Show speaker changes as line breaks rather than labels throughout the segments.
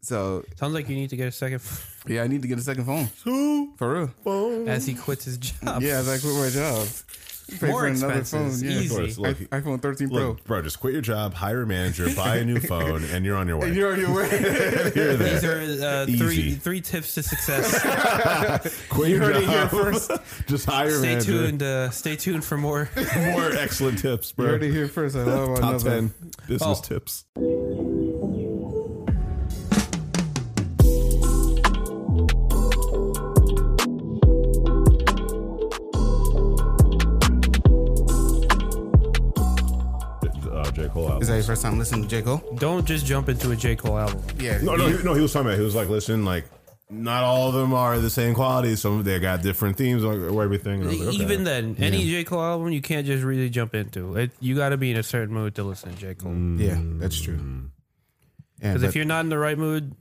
So
Sounds like you need to get a second phone
yeah, I need to get a second phone for real.
as he quits his job.
Yeah, as I quit my job, pay
More
for another phone.
expenses.
Yeah.
Easy.
Of course, look,
I- iPhone 13 Pro.
Look, bro, just quit your job, hire a manager, buy a new phone, and you're on your way.
You're on your way.
You're there.
These are uh, three
Easy.
three tips to success.
quit your
heard it here
job.
first.
just hire a
stay
manager.
tuned. Uh, stay tuned for more.
More excellent tips,
you
bro.
heard it here first. I love
Top
another.
ten business
Oh.
tips. Uh, J. Cole album.
Is that your first time listening to J Cole?
Don't just jump into a J Cole album.
Yeah.
No, no, he- no. He was talking about. He was like, listen, like not all of them are the same quality. Some of they got different themes or, or everything. And I was like, okay.
E, Even then, any J Cole album you can't just really jump into. It, you got to be in a certain mood to listen to J Cole.
Mm.
Yeah, that's true. Yeah,
Because
but-
if you're not in the right mood,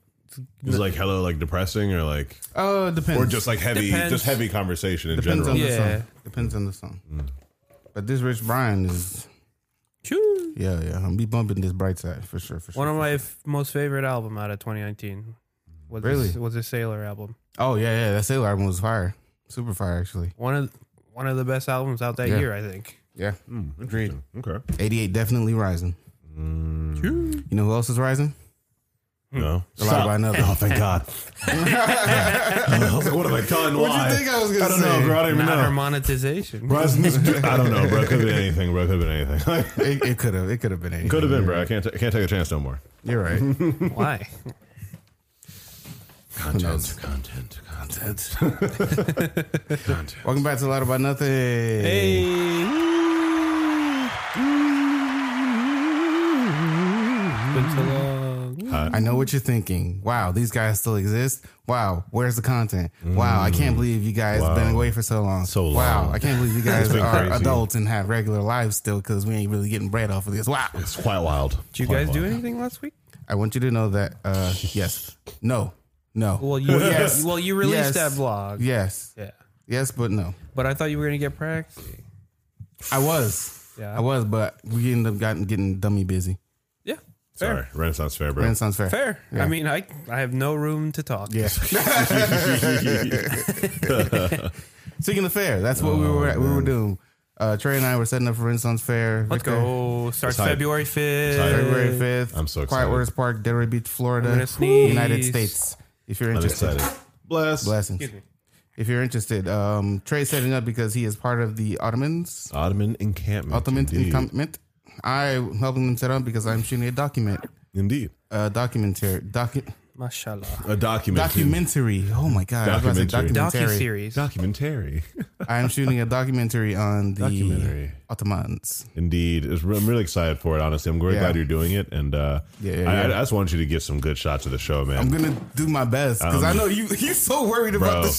it was like hello, like depressing or like
oh, it depends.
or just like heavy,
Depends.
just heavy conversation in
depends
general. Mm.
on
Yeah.
the song. Depends on the song. But this Rich Brian is
shoo.
yeah yeah. I'm be bumping this bright side for sure for sure.
one of my f- most favorite album out of 2019 was
Really?
this, was a Sailor album.
oh yeah yeah. That Sailor album was fire, super fire actually.
One of one of the best albums out that
Yeah.
year, I think.
Yeah, agreed.
Hmm, okay.
88 definitely rising.
Shoo.
You know who else is rising?
No.
Alive by another.
Oh, thank God. I was like, what have I done?
What'd you
Why?
think I was gonna
I don't know,
say?
bro. I don't even
Not her
know.
monetization.
Bro, it's- I don't know, bro. Could have been anything, bro. Could have been anything.
It it could have. It could have been.
Could
anything.
have been, bro. I can't, t- I can't take a chance no more.
You're right.
Why?
Content, content, content. content.
Welcome back to A Lot About Nothing.
Hey. Been so long.
I know what you're thinking. Wow, these guys still exist. Wow, where's the content? Wow, I can't believe you guys
Mm. Wow.
been away for so long.
So
Wow,
long.
I can't believe you guys
been
are
crazy.
adults and have regular lives still because we ain't really getting bread off of this. Wow.
It's quite wild.
Did you
Quite
guys do
wild.
anything last week?
I want you to know that. Uh, yes. No. No.
Well, you
Yes.
well you
Yes.
released that vlog.
yes.
Yeah.
Yes, but no.
But I thought you were gonna get practice.
I was.
Yeah.
I was, but we ended up gotten, getting dummy busy.
Yeah. Fair.
Sorry, Renaissance Fair, bro.
Renaissance Fair.
Fair. I mean, I I have no room to talk.
Yeah. Speaking of fair, that's what we
Oh,
were we were doing. Uh, Trey and I were setting up for Renaissance Fair.
Let's
Victor,
go. Starts
Excited.
February
Excited.
fifth.
February fifth.
I'm so
Quiet
excited.
Waters Park, Delray Beach, Florida,
gonna sneeze.
United States. If you're
I'm
interested,
excited. Bless.
blessings.
me.
If you're interested, um, Trey's setting up because he is part of the Ottomans.
Ottoman encampment.
Ottomans
Oh, indeed.
encampment. I'm helping them set up because I'm shooting a document,
Indeed.
a documentary, docu-
Mashallah.
A document.
documentary. Oh my god! I was about to say
Documentary.
Docu
documentary.
series.
Documentary.
I'm shooting a documentary on the
Documentary.
Ottomans.
Indeed, It's re- I'm really excited for it. Honestly, I'm really
Yeah.
glad you're doing it, and uh,
Yeah, yeah,
I, I
yeah.
just want you to get some good shots of the show, man.
I'm gonna do my best because I know you. He's so worried about
Um, bro,
the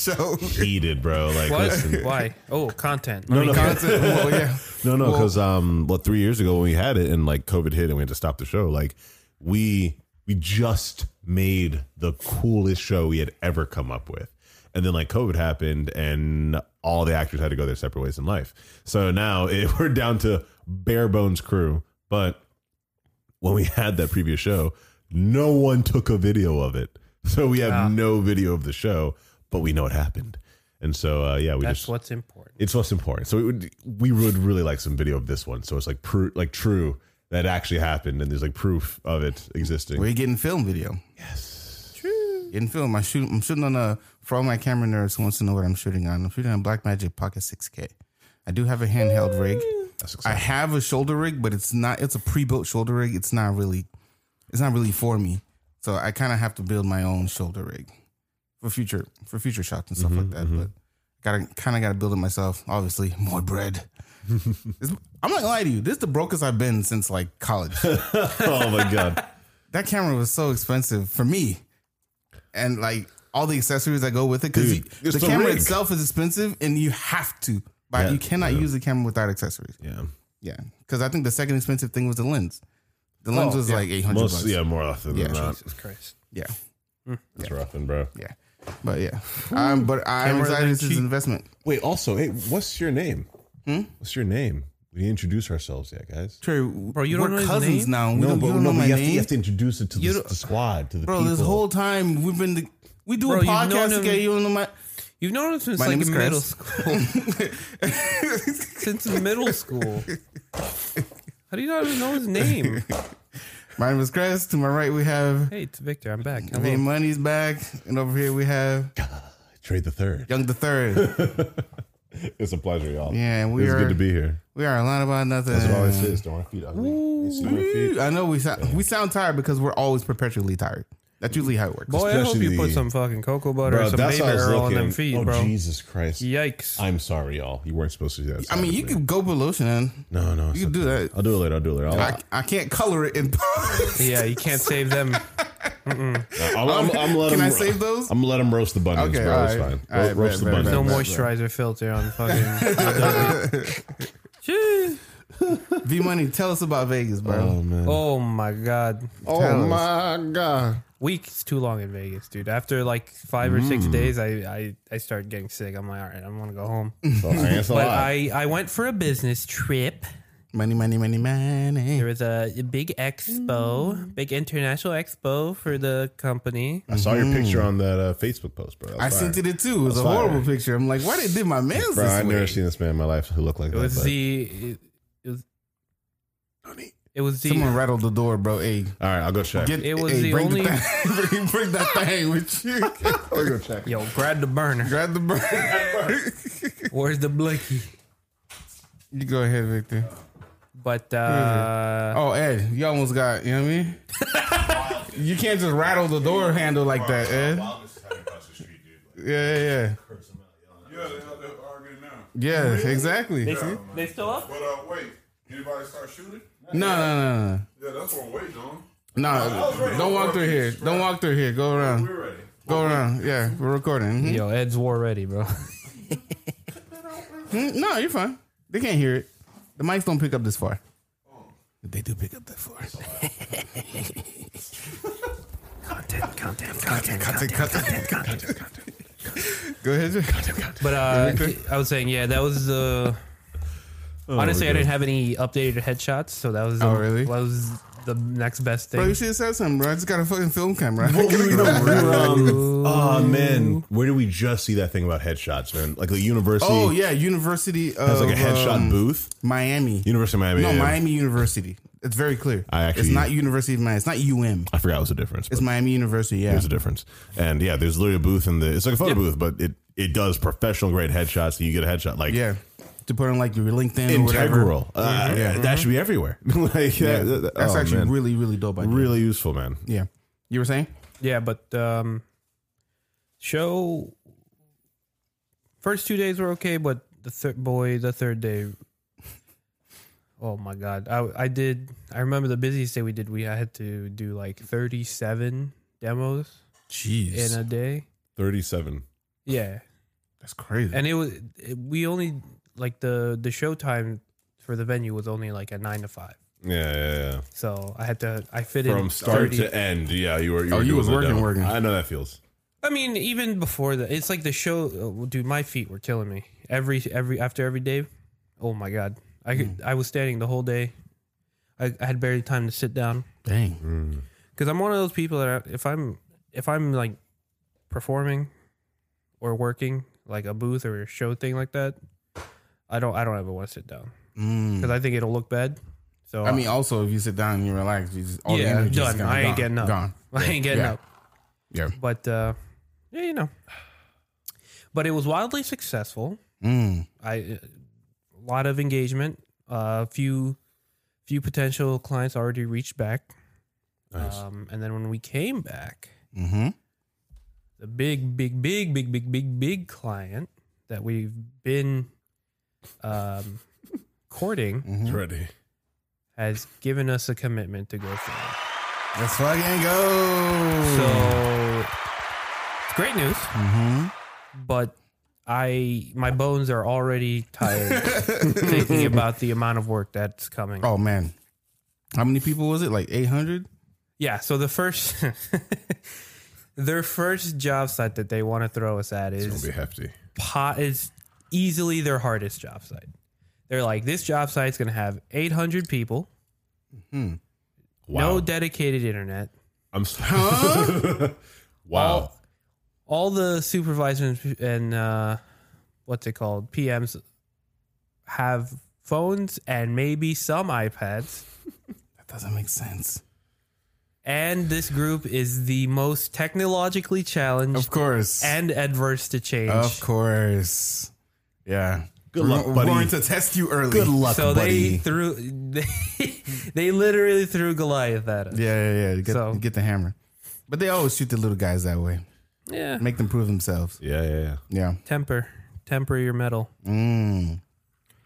show.
heated, bro. Like,
What?
listen,
Why? Oh, content.
no,
Let me-
no,
Content. Well, yeah.
no, no,
Well-
because um, well, three years ago when we had it, and like COVID hit, and we had to stop the show. Like, we we just made the coolest show we had ever come up with, and then like COVID happened, and all the actors had to go their separate ways in life. So now it, we're down to bare bones crew, but when we had that previous show, no one took a video of it. So we have no video of the show, but we know it happened. And so, uh, yeah, we
That's
just
what's important.
it's what's important. So we would we would really like some video of this one. So it's like pr- like true that it actually happened, and there's like proof of it existing.
We're getting film video. Yes. Getting film. I shoot. I'm shooting on a. For all my camera nerds who wants to know what I'm shooting on, I'm shooting on Blackmagic Pocket 6K. I do have a handheld rig.
That's
I
exciting.
have a shoulder rig, but it's not. It's a pre-built shoulder rig. It's not really. It's not really for me. So I kind of have to build my own shoulder rig for future for future shots and stuff like
Mm-hmm,
that. But gotta kind of gotta build it myself. Obviously, more bread. It's- I'm not gonna lie to you. This is the brokest I've been since like college.
oh my god!
that camera was so expensive for me, and like all the accessories that go with it because
Dude, it's
the
the
camera
rig.
itself is expensive, and you have to. buy
Yeah,
you cannot use the camera without accessories.
Yeah,
Yeah, because I think the second expensive thing was the lens. The lens was like eight hundred
Oh, most
bucks. Yeah,
yeah more often
Yeah.
than not.
Jesus Christ.
yeah,
It's roughing, bro.
yeah. But yeah, um, but I'm
Camera
excited
that
this is an investment.
Wait, also, hey, what's your name? Hmm? What's your name? We didn't introduce ourselves yet, guys.
Trey,
Bro, you don't
we're
know his
cousins
name?
now. We
no,
don't,
but
you don't
no,
know
but
my
you have, to, you
name,
have to introduce it to
You
the,
don't-
the squad, to the
bro.
people.
This whole time we've been we do
Bro,
a
you've known
podcast
him-
together. You don't know my
You've known him since
my
like
name is
middle
Chris.
school. since middle school. How do you not even know his name?
my name is Chris. To my right we have
Hey, it's Victor. I'm back.
V
Hello.
Money's back, and over here we have
Trade the third.
Young the Third.
It's a pleasure, y'all.
Yeah, we
it's
are
good to be here.
we are a lot about nothing.
That's what I always say. Don't my feet ugly. You see my feet?
Ooh, I know we sound we sound tired because we're always perpetually tired. That's usually how it works.
Boy, I hope you put
especially-
some fucking cocoa butter
Bro,
or some
that's
baby
how I was
oil on
looking.
them feet,
oh,
bro.
Jesus Christ.
Yikes.
I'm sorry, y'all. You weren't supposed to do that.
I mean, you
Sorry.
could go put lotion in.
No, no. it's
You could do that.
I'll do it later. I'll do it later. I'll,
I, I can't color it in.
yeah, you can't save them.
I'm, I'm, I'm letting
Can I
him-
save those?
I'm gonna let him roast the bunions,
Okay,
bro. It's
all right.
fine.
All right,
Ro- roast
bet, bet,
the
bet,
No
bunions.
bet.
moisturizer filter on fucking. Jeez.
V Money, tell us about Vegas, bro.
Oh man.
oh my god.
Tell us.
Oh, my god.
Week's too long in Vegas, dude. After like five or
Mm.
six days, I, I, I start getting sick. I'm like, all right, I'm gonna go home.
So, I guess a
But
lot.
I, I went for a business trip.
Money, money, money, money.
There was a big expo, big international expo for the company.
I saw your
Mm-hmm.
picture on that uh, Facebook post, bro. That's
I
fire.
sent it too. It was
That's
a
fire.
horrible picture. I'm like, why they did my man's
Bro,
this
I've
way?
never seen this man in my life who looked like
It
that.
was
but-
the it, it was it was the
Someone rattled the door, bro. Hey,
All right, I'll go check.
get
It was
hey,
the
bring
only-
thing, bring, bring that thing with you.
I'll go check.
yo grab the burner.
Grab the bird.
Where's the blinky?
you go ahead, Victor.
But uh,
Oh, Ed, you almost got. You know what I mean? you can't just rattle the door handle like that, Ed. Yeah, yeah,
Yeah, they're out there arguing now.
yeah. Yeah, exactly. No,
they still up?
But uh, wait, anybody start shooting?
no, no,
Yeah, that's what we're waiting on.
no, no. Don't walk through here. Don't walk through here. Go around.
We're ready.
Go around. Yeah, we're recording. Mhm.
Yo, Ed's war ready, bro.
Mm, No, you're fine. They can't hear it. The mics don't pick up this far. They do pick up that far.
Content, content, content,
Content, content. Go ahead. Jay.
But uh, I was saying, yeah, that was the. honestly, I didn't have any updated headshots, so that was the,
Oh, really?
that was the next best
Bro, you
thing.
should have said something, bro. I just got a fucking film camera.
Oh man, where did we just see that thing about headshots, man? Like the university
oh, yeah. University of
has like a headshot
um,
booth.
Miami.
University of Miami.
No,
yeah.
Miami University. It's very clear.
I actually-
it's not University of Miami. It's not UM.
I forgot what was the difference.
It's
but
Miami University. Yeah.
there's a difference, and yeah, there's literally a booth in the. It's like a photo booth, but it it does professional grade headshots. So you get a headshot like
yeah. To put on like your LinkedIn or whatever.
integral. Uh, That should be everywhere. like yeah, oh,
Yeah. That's actually really, really dope. Idea.
really useful, man.
Yeah. You were saying?
Yeah, but um, show first two days were okay, but the third boy, the third day. Oh my god, I I did. I remember the busiest day we did. We I had to do like thirty seven demos in
Jeez.
a day.
Thirty-seven.
Yeah,
That's crazy.
and it was it, we only like the the show time for the venue was only like a nine to five.
Yeah, yeah, yeah.
So I had to I fit in
From start
30
to end. Yeah, you were. You
Oh,
were
you
doing
was
the
working,
demo.
working.
I know that feels.
I mean, even before that, it's like the show. oh, Dude, my feet were killing me. Every every after every day, oh my god, I could,
Hmm.
I was standing the whole day. I, I had barely time to sit down
Dang.
because I'm one of those people that I, if I'm if I'm like performing or working like a booth or a show thing like that, I don't I don't ever want to sit down because I think it'll look bad.
Mm.
So
Hmm. I mean, also, if you sit down and you relax, you just, all the
yeah,
energy is
done.
gone.
I ain't
gone,
getting up.
Gone.
I ain't getting
Yeah.
up.
Yeah.
But uh, yeah, you know. But it was wildly successful.
Mm.
I a lot of engagement. A few few potential clients already reached back.
Nice.
Uh,
Um, and then when we came back,
Mm-hmm.
the big, big, big, big, big, big, big client that we've been um, courting
Mm-hmm.
It's ready.
has given us a commitment to go for it.
Let's fucking go.
So it's great news,
hmm
but I my bones are already tired thinking about the amount of work that's coming.
Oh, man. How many people was it? Like 800?
Yeah, so the first their first job site that they want to throw us at
It's
is
gonna be hefty.
pot is easily their hardest job site. They're like, this job site's going to have 800 people,
Wow.
no dedicated internet.
I'm sorry. wow.
All, all the supervisors and uh, what's it called? PMs have phones and maybe some iPads.
That doesn't make sense.
And this group is the most technologically challenged
Of course.
and adverse to change.
of course. Yeah.
Good
We're-
luck,
we're
buddy.
going to test you early.
Good luck,
so they
buddy.
threw they, they literally threw Goliath at us.
Yeah, yeah, yeah. Get,
So-
get the hammer. But they always shoot the little guys that way.
Yeah.
Make them prove themselves.
yeah, yeah, yeah.
Yeah.
Temper. Temper your metal.
Mm.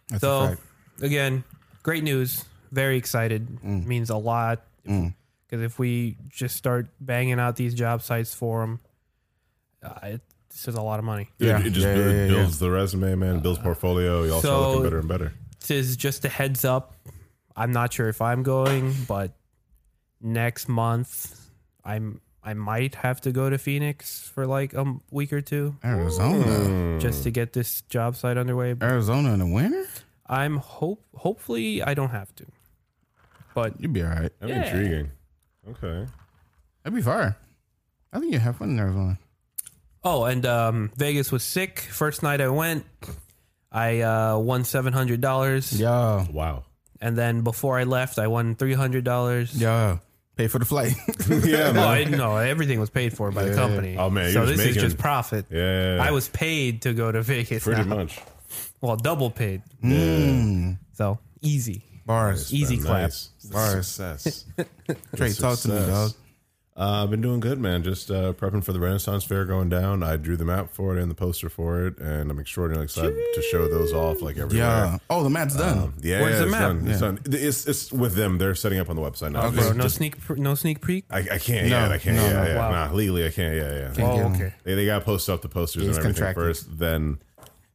That's a
So
fact.
again, great news. Very excited.
Mm.
Means a lot. Because if we just start banging out these job sites for them, uh, it, this is a lot of money.
It-
Yeah.
It, just
Yeah,
bu-
yeah, yeah,
builds the resume, man. It builds portfolio. You all start
so-
looking better and better.
This is just a heads up. I'm not sure if I'm going, but next month I'm I might have to go to Phoenix for like a m- week or two
Arizona.
Hmm.
just to get this job site underway. But
Arizona in the winter?
I'm hope hopefully I don't have to. But
You'd be all right.
That's
Yeah.
intriguing. Okay.
That'd be fire. I think you have fun in Arizona.
Oh, and um, Vegas was sick. First night I went, I uh, won seven hundred dollars,
Yo.
Wow.
and then before I left, I won three hundred dollars.
Yo. Pay for the flight.
yeah,
No,
man.
I- no, everything was paid for by the company.
Oh, man, you
so
was
this is
making-
just profit.
Yeah.
I was paid to go to Vegas.
pretty
now.
much.
Well, double paid.
mm.
So easy.
Bars.
Easy clap.
Bars.
Success.
Trey, talk to me, dog.
Success. Uh, I've been doing good, man. Just uh, prepping for the Renaissance Fair going down. I drew the map for it and the poster for it, and I'm extraordinarily excited to show those off like everywhere.
Yeah. Oh, the map's done.
Yeah,
Where's
yeah,
the
it's
map?
Done. It's, done. It's, it's with them. They're setting up on the website now.
Bro, no sneak, pr- no sneak peek.
I, I can't.
No,
yeah, I can't.
no,
yeah,
no.
yeah.
Wow.
Nah, legally, I can't. Yeah, yeah.
Oh,
Can't get 'em.
They, they got to post up the posters
He's
and everything
contracted.
first, then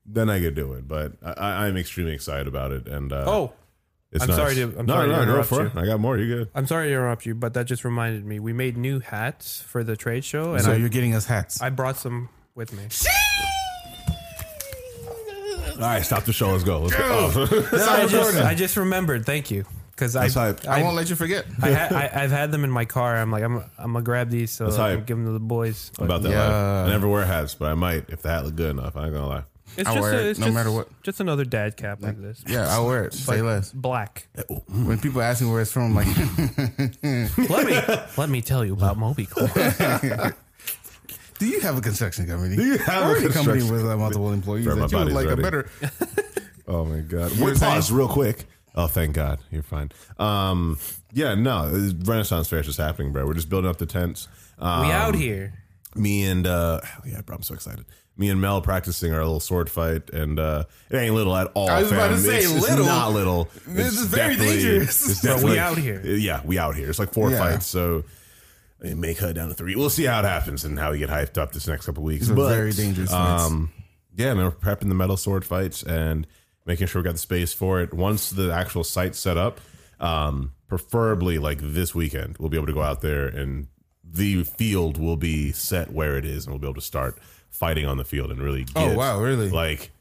then I could do it. But I- I, I'm extremely excited about it. And uh,
Oh,
it's
I'm
nice.
sorry to- I'm
no,
sorry
no,
to
no, go
interrupt
for it. I got more. You good?
I'm sorry to interrupt you, but that just reminded me. We made new hats for the trade show, and
So
I,
you're getting us hats.
I brought some with me.
All right, stop the show. Let's go. Let's go. Oh.
No, I, just, I just remembered. Thank you, because I, I,
hype.
I won't let you forget.
ha- I I've had them in my car. I'm like, I'm I'm gonna grab these so I can
hype.
give them to the boys. But
about that.
Yeah.
life. I never wear hats, but I might if the hat looked good enough. I ain't gonna lie.
it's
I'll
just
wear
a-
it
it's
no
just-
matter what.
Just another dad cap like this.
Yeah, I'll wear it. Say less.
Black.
oh.
When people ask me where it's from, I'm like,
Let me let me tell you about Moby Core.
Do you have a construction company? Do
you have a
company
construction
with uh, multiple employees
Bro, my
that you would
body's
like
ready.
a better?
Oh my god!
You're
Wait, pause
saying-
real quick. Oh, thank God, you're fine. Um, yeah, no, Renaissance Fair is just happening, bro. We're just building up the tents. Um,
we out here.
me and uh yeah bro i'm so excited me and mel practicing our little sword fight and uh it ain't little at all
I was about
fam.
to say
it's, it's
little.
not little
This
It's
is very
definitely-
dangerous.
it's
But we
definitely-
out here.
yeah we out here it's like four
Yeah.
fights so I mean, make her down to three we'll see how it happens and how we get hyped up this next couple weeks
These are
but
very dangerous fights.
um yeah man we're prepping the metal sword fights and making sure we got the space for it once the actual site's set up um preferably like this weekend we'll be able to go out there and the field will be set where it is and we'll be able to start fighting on the field and really get
Oh, wow, really?
like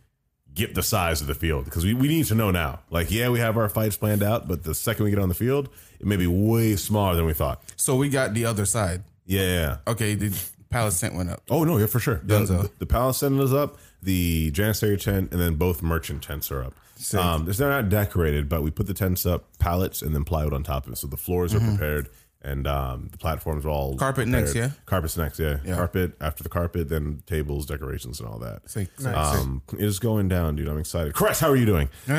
get the size of the field because we, we need to know now like yeah we have our fights planned out but the second we get on the field it may be way smaller than we thought
So we got the other side.
yeah, yeah, yeah.
Okay, the palace tent went up.
Oh no, yeah, for sure. The,
Dunzo.
the, the palace tent is up. The janissary tent, and then both merchant tents are up. Um, they're not decorated, but we put the tents up, pallets, and then plywood on top of it. So the floors are prepared, and um, the platforms are all
Mm-hmm. Carpet next, yeah?
Carpet's next, yeah.
Yeah.
Carpet after the carpet, then tables, decorations, and all that.
Sick, sick,
Um, it is going down, dude. I'm excited. Chris, how are you doing? we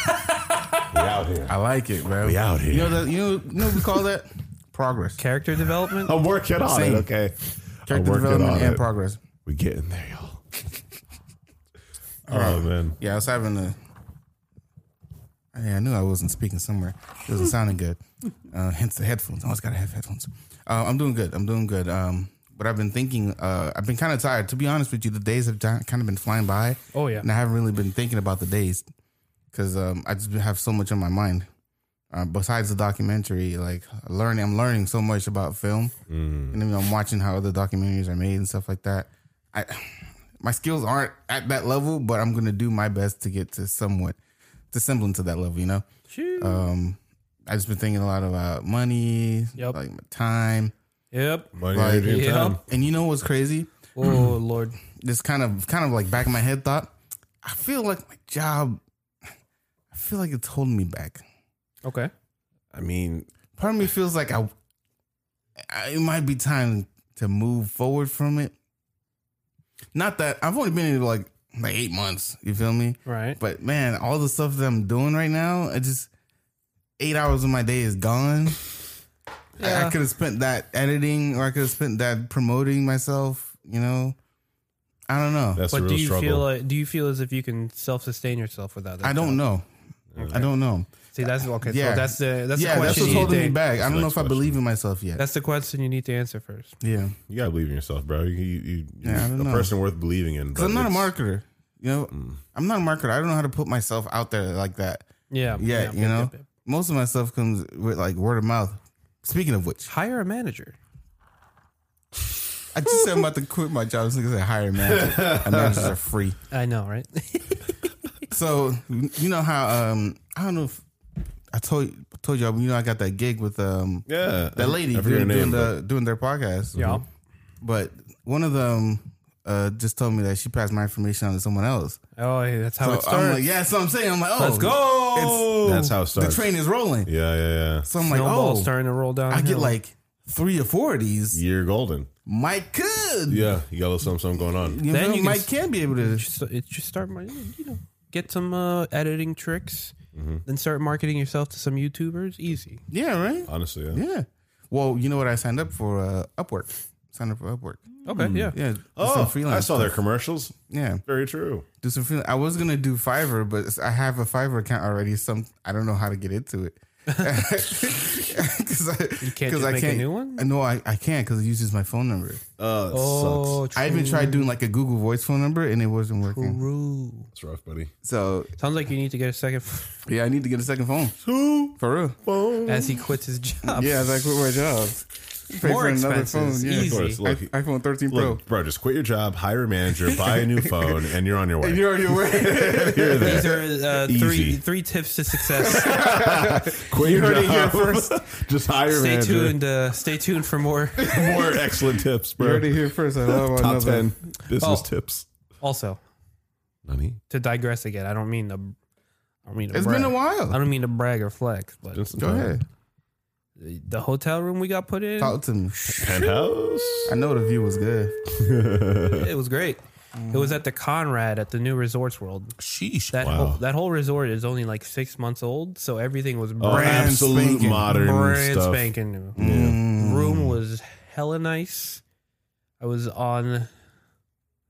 out here.
I like it, bro.
We out here.
You know that? You know, you know what we call that progress.
Character development.
I'm working on
Same.
it. Okay. I'm
Character
working
development
on
and
it.
progress.
We getting there, y'all. oh man.
Yeah, I was having a. Yeah, I knew I wasn't speaking somewhere. It wasn't sounding good. Uh, hence the headphones. I always gotta have headphones. Uh, I'm doing good. I'm doing good. Um, but I've been thinking. Uh, I've been kind of tired. To be honest with you, the days have kind of been flying by.
Oh, yeah.
And I haven't really been thinking about the days because um, I just have so much on my mind. Uh, besides the documentary, like learning, I'm learning so much about film, and then I'm watching how other documentaries are made and stuff like that. I my skills aren't at that level, but I'm gonna do my best to get to somewhat to semblance of that level. You know,
Shoo.
um, I've just been thinking a lot about money,
Yep.
like my time,
yep.
Money,
Like,
energy, and
yeah.
time.
and you know what's crazy?
Oh Lord.
This kind of kind of like back of my head thought. I feel like my job. I feel like it's holding me back.
Okay.
I mean,
part of me feels like I, I it might be time to move forward from it. Not that I've only been in it like like eight months. You feel me?
Right.
But man, all the stuff that I'm doing right now, I just eight hours of my day is gone. I- I,
Yeah.
could have spent that editing, or I could have spent that promoting myself. You know, I don't know.
that's a
but do
real
you
struggle.
feel like do you feel as if you can self sustain yourself without that?
I don't
job?
know. I don't know.
See, that's okay.
Yeah.
So that's the that's
yeah,
the
that's
question
what's
you
holding me
need to,
back. I don't know if
next
I believe in myself yet.
That's the question you need to answer first.
yeah.
you gotta believe in yourself, bro. You, you, you
Yeah, I
a
don't know.
person worth believing in.
Because I'm not a
mark.
marketer. You know,
Mm.
I'm not a marketer. I don't know how to put myself out there like that.
Yeah.
Yeah, you
yep,
know,
yep, yep.
most of my stuff comes with like word of mouth. Speaking of which,
Hire a manager.
I just said I'm about to quit my job. So I said hire a manager. And managers are free.
I know, right?
So you know how um I don't know if I told told y'all. You know I got that gig with um
Yeah,
that lady
I forget her
doing, doing
name, but-
the doing their podcast.
yeah.
But one of them uh just told me that she passed my information on to someone else.
Oh, yeah, that's how
So
it starts.
I'm like, yeah. So I'm saying I'm like, oh,
Let's go.
That's how it
The
starts.
train is rolling.
yeah, yeah, yeah.
So I'm like,
Snowball's
oh,
starting to roll down.
I get like three or four of these.
You're golden.
Mike could.
Yeah, you got a little something, something going on.
You feel
Then you
me?
can
Mike
s-
can be able to.
just, it just start, mar- you know, get some uh, editing tricks,
Mm-hmm.
then start marketing yourself to some YouTubers. Easy.
Yeah, right?
Honestly, yeah.
Yeah. Well, you know what I signed up for? Uh, Upwork. Signed up for Upwork.
Okay, Mm-hmm. yeah.
Yeah. do
Oh, I saw their
stuff.
commercials.
Yeah.
Very true.
Do some freelance. I was going to do Fiverr, but I have a Fiverr account already. Some I don't know how to get into it. Because I,
can't
'cause
just
I
make a
can't.
new one?
No, I, I can't because it uses my phone number.
Uh, it
Oh,
sucks.
I even tried doing like a Google Voice phone number and it wasn't working.
true.
It's rough, buddy.
So
Sounds like you need to get a second
yeah, I need to get a second phone
Two
for real.
phones.
as he quits his job.
Yeah, as I quit my job. Pay
More
for another phone.
expenses.
Yeah.
Easy.
Of course, look,
I- iPhone 13 Pro.
look, bro, just quit your job, hire a manager, buy a new phone, and you're on your way.
You're already aware.
You're there.
These are uh,
Easy.
three three tips to success.
Quit your
heard it here
job.
first.
just hire a
stay
manager.
tuned. Uh, stay tuned for more.
More excellent tips,
You're
bro.
already here first. I love
Top
another.
ten business
Oh.
tips.
Also,
Nani?
to digress again, I don't mean to. I don't mean to
It's
brag.
been a
I
while.
don't mean to brag or flex, but
Just
Go ahead.
the hotel room we got put in,
Talk to me.
Penthouse.
I know the view was good.
it was great. It was at the Conrad at the new Resorts World.
Sheesh.
That
Wow.
whole, that whole resort is only like six months old, so everything was
Oh,
brand,
Brand
absolute
spanking.
modern
brand
stuff. Mm.
spanking new.
Yeah.
Mm.
Room was hella nice. I was on,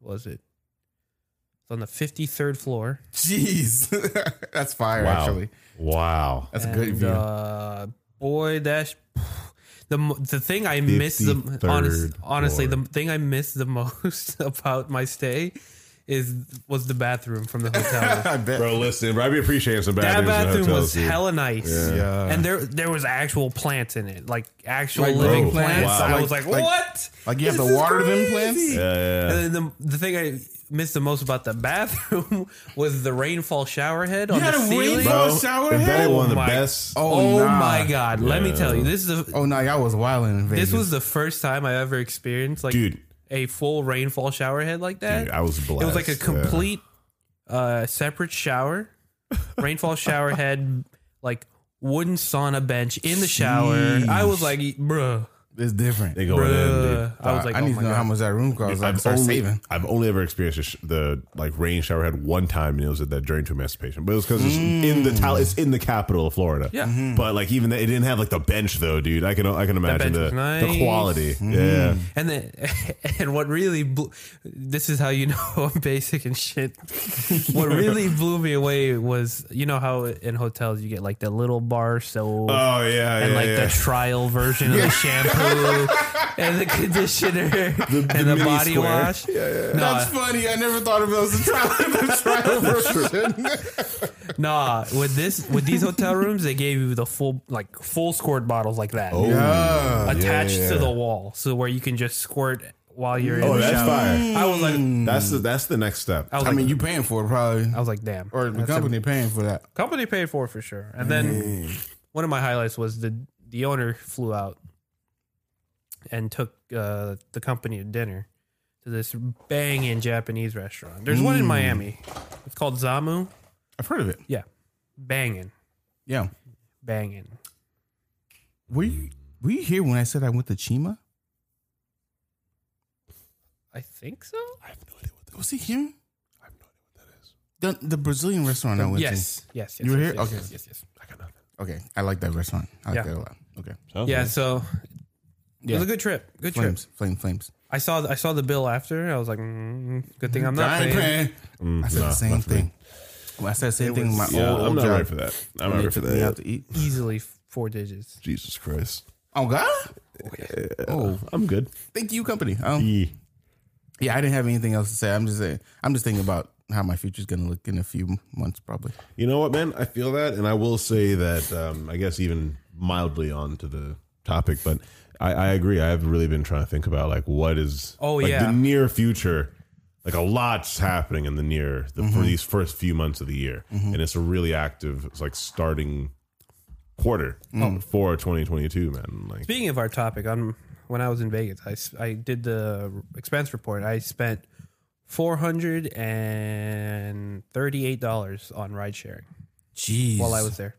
what was it? It's on the fifty third floor.
Jeez. That's fire,
Wow.
actually.
Wow.
That's a good
And,
view.
Uh, boy, that's the mo- the thing I miss the
53rd
honest, honestly
floor.
the thing I miss the most about my stay is was the bathroom from the hotel.
I bet.
Bro, listen, bro, I be appreciating some
that
bathrooms.
bathroom
in hotels,
was
dude.
hella nice.
Yeah.
And there, there was actual plants in it, like actual
Like
living
growth
plants.
plants.
I
Wow.
was like,
Like-
"What?
Like you have
This
to
is
water them
crazy.
plants?
Yeah, yeah, yeah.
And then the, the thing I missed the most about the bathroom was the rainfall shower head on
had
the
a
ceiling.
rainfall-
Bro,
Oh, shower
and that
head?
is one of the
Oh my-
best.
Oh,
nah.
my god! Let me tell you, this is the
Oh, no, y'all was wilding in Vegas.
this was the first time I ever experienced like
Dude.
a full rainfall shower head like that.
Dude, I was blessed.
it was like a complete uh, separate shower, rainfall shower head, like wooden sauna bench in the shower. I was like, bruh,
It's different.
They go in, dude.
bruh. I was like,
I
oh
need
my
to know how
god.
much that room costs. I
I've
start
only,
saving.
I've only ever experienced the sh- the like rain shower head one time, and it was at that Drain to Emancipation. But it was because it's in the tal- it's in the capital of Florida.
Yeah.
Mm-hmm.
Mhm.
But like even that, it didn't have like the bench though, dude. I can I can imagine
bench
the,
was
the
nice.
quality.
Mm-hmm.
Yeah.
And then, and what really, blew, this is how you know I'm basic and shit. what really blew me away was, you know how in hotels you get like the little bar soap.
Oh yeah.
and
yeah,
like
yeah.
the trial version of the shampoo and the conditioner and the
mini
body
square.
wash.
That's funny. I never thought of it as a trial, the trial version.
Nah, with this with these hotel rooms, they gave you the full like full squirt bottles like that
Oh,
Yeah.
attached
yeah,
to
yeah.
the wall, so where you can just squirt while you're in
Oh,
the
that's
shower.
fire.
I was like,
That's the that's the next step.
I was
I
like,
mean, you paying for it probably,
I was like, damn.
or the
That's a-
company paying for that.
company paid for it for sure. And then
Mm-hmm.
one of my highlights was the the owner flew out and took uh, the company to dinner to this banging Japanese restaurant. There's
Mm.
one in Miami. It's called Zamu.
I've heard of it.
Yeah, banging,
Yeah.
banging.
Were you were you here when I said I went to Chima?
I think so.
Was he here? I have no idea what that is. The, the Brazilian restaurant I went
Yes, yes, yes.
Oh, You were
yes,
here?
Yes,
Okay.
Yes, yes, yes.
to. Okay, I like that restaurant. I like
Yeah.
that a lot. Okay.
Yeah. So it
Yeah.
was a good trip. Good trip.
flames, flame, flames.
I saw I saw the bill after. I was like, mm, good thing I'm not
I ain't
paying.
paying. I said
Mm, nah,
the same
not for me.
thing. Well, I said the same thing in my
Yeah,
old,
I'm
old
not
job.
ready for that. I'm not
They
ready for
took me out
that.
to eat.
Easily four digits.
Jesus Christ.
Oh God! Oh,
I'm good.
thank you, company. Um, yeah, I didn't have anything else to say. I'm just saying. I'm just thinking about how my future's gonna look in a few months, probably.
You know what, man? I feel that, and I will say that. Um, I guess even mildly on to the topic, but I, I agree. I've really been trying to think about like what is
Oh,
like,
yeah.
the near future. Like a lot's happening in the near the
Mm-hmm.
for these first few months of the year, and it's a really active. It's like starting quarter
Mm.
for 2022, man. Like
Speaking of our topic, on when I was in Vegas, I, s- I did the expense report. I spent four hundred and thirty eight dollars on ride sharing
Jeez.
while I was there.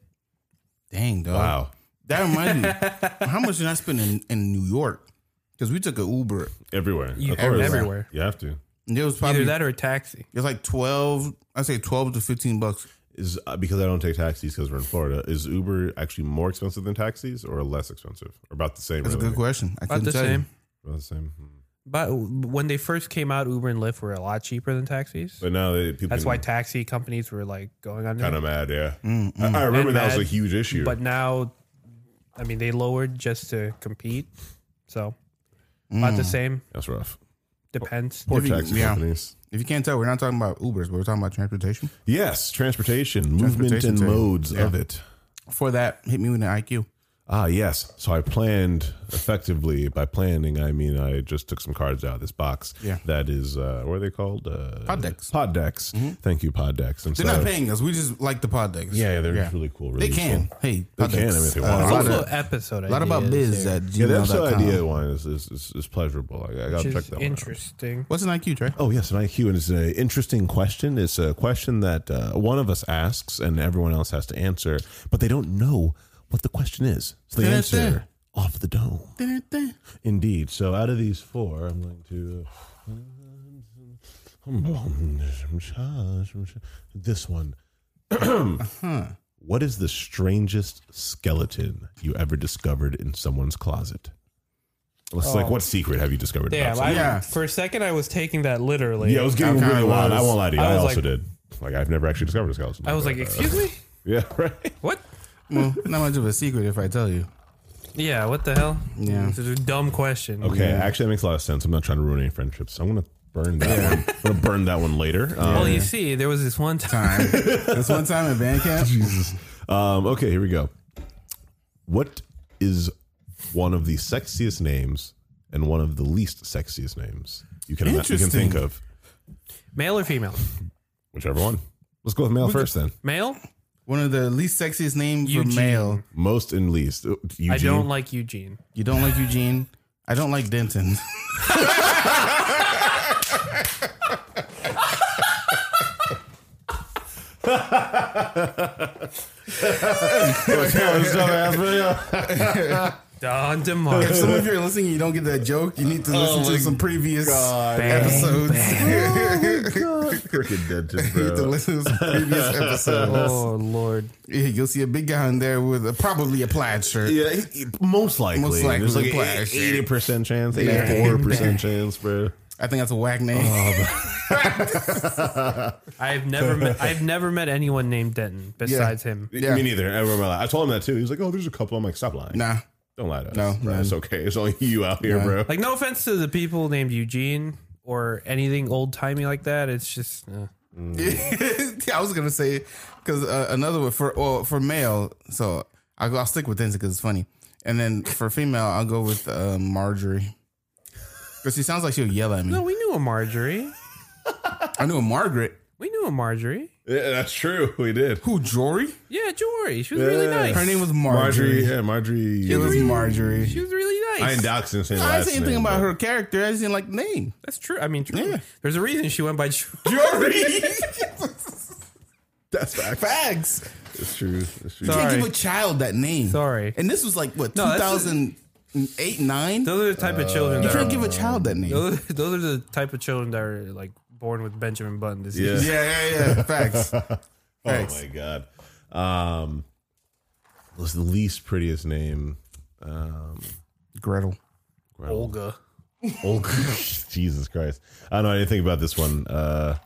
dang dog.
wow,
That reminds me. how much did I spend in, in New York? Because we took an Uber.
everywhere,
You-
Of course.
everywhere.
You have to.
And it was
Either
probably
that or a taxi.
It's like twelve. I say twelve to fifteen bucks.
is uh, because I don't take taxis because we're in Florida. Is Uber actually more expensive than taxis or less expensive? Or about the same?
That's a
really?
good question. I
About
couldn't
the
tell you.
same.
About the same. Hmm.
But when they first came out, Uber and Lyft were a lot cheaper than taxis.
But now they, people
That's why taxi companies were like going under.
kind of mad. Yeah, I, I remember
And
that was a
mad,
huge issue.
But now, I mean, they lowered just to compete. So about
Mm.
the same.
That's rough.
Depends.
Poor
If you-
taxi
yeah.
companies.
If you can't tell, we're not talking about Ubers, but we're talking about transportation.
Yes, transportation, movement, and
Transportation, too.
modes of it.
For that, hit me with an IQ.
Ah, yes. So I planned effectively. By planning, I mean I just took some cards out of this box.
Yeah.
That is, uh, what are they called? Uh,
Pod decks.
Pod decks. Thank you, pod decks. And
They're
so,
not paying us. We just like the pod decks.
Yeah, yeah, they're really cool. Really
They can.
useful.
Hey,
They
pod
can, I
decks.
mean, if they
Uh, a
want.
lot,
There's also
of,
episode.
a lot about biz
There,
at
Yeah, that's the
gmail.com.
idea one is is, is, is pleasurable. I, I gotta
which
check
is
that one. Out.
interesting.
What's an IQ, Trey?
Oh yes, an IQ, and it's an interesting question. It's a question that uh, one of us asks and everyone else has to answer, but they don't know what the question is, so they
Yeah, that's
answer off the dome.
That's
Indeed. So out of these four, I'm going to. This one. What is the strangest skeleton you ever discovered in someone's closet? It's like, what secret have you discovered?
Oh. Damn,
about
I,
Yeah.
for a second I was taking that
I,
literally.
yeah, I was getting
I kinda
really wild. I
was-
won't lie to you.
I
I,
was
also
like-
did. Like, I've never actually discovered a skeleton.
I was like,
that.
excuse me?
yeah, right.
What?
well, not much of a secret if I tell you.
Yeah, what the hell?
Yeah.
This is a dumb question.
Okay, actually, that makes a lot of sense. I'm not trying to ruin any friendships. So I'm gonna burn that one. I'm gonna burn that one later. Um,
Well, you see, there was this one time.
Time. That's one time at band camp.
Jesus. Um, okay, here we go. What is one of the sexiest names and one of the least sexiest names you can you can
Interesting.
think of?
Male or female?
Whichever one. Let's go with male first then.
Male?
One of the least sexiest names
Eugene.
for male.
Most and least. Uh, Eugene.
I don't like Eugene.
You don't like Eugene. I don't like Denton.
Don DeMar.
If some of you are listening, and you don't get that joke. You need to listen to some previous episodes.
Freaking dentist,
you need to listen to some previous episodes.
oh, Lord.
Yeah, you'll see a big guy in there with a, probably a plaid shirt.
Yeah, he- he- most likely.
Most likely
There's like
black
an
shit.
eighty percent chance,
Yeah.
eighty four percent chance, bro.
I think that's a whack name.
I've never met I've never met anyone named Denton besides him.
Yeah.
Me neither. I remember. I told him that too. He was like, "Oh, there's a couple." I'm like, "Stop lying.
nah,
Don't lie to us.
No,
bro.
no.
it's okay. It's only you out here, bro."
Like no offense to the people named Eugene or anything old timey like that. It's just uh,
I was gonna say because uh, another one for well, for male. So I'll, go, I'll stick with Denton because it's funny, and then for female, I'll go with uh, Marjorie. Because um, she sounds like she'll yell at me.
No, we knew a Marjorie.
I knew a Margaret.
We knew a Marjorie.
Yeah, that's true. We did.
Who, Jory?
Yeah, Jory. She was really
Yeah.
nice.
Her name was
Marjorie.
Marjorie.
Yeah, Marjorie.
It was Marjorie.
She was really
I
nice.
ain't doxing saying
I didn't
last
say anything
name,
about
but-
her character. I just didn't like the name.
That's true. I mean, true.
Yeah.
There's a reason she went by Jory.
Jory.
That's facts.
Facts.
It's true. It's true.
You can't
Sorry.
give a child that name.
Sorry.
And this was like, what,
No, that's a-
2008, 9?
Those are the type of children
You
that are,
can't give a child that name. Yeah,
those, those are the type of children that are like born with Benjamin Button disease.
Yeah.
yeah, yeah. Facts.
Oh
Facts.
my god. Um, was the least prettiest name. Um,
Gretel.
Olga.
old Oh, Jesus Christ. I don't know anything about this one. Uh,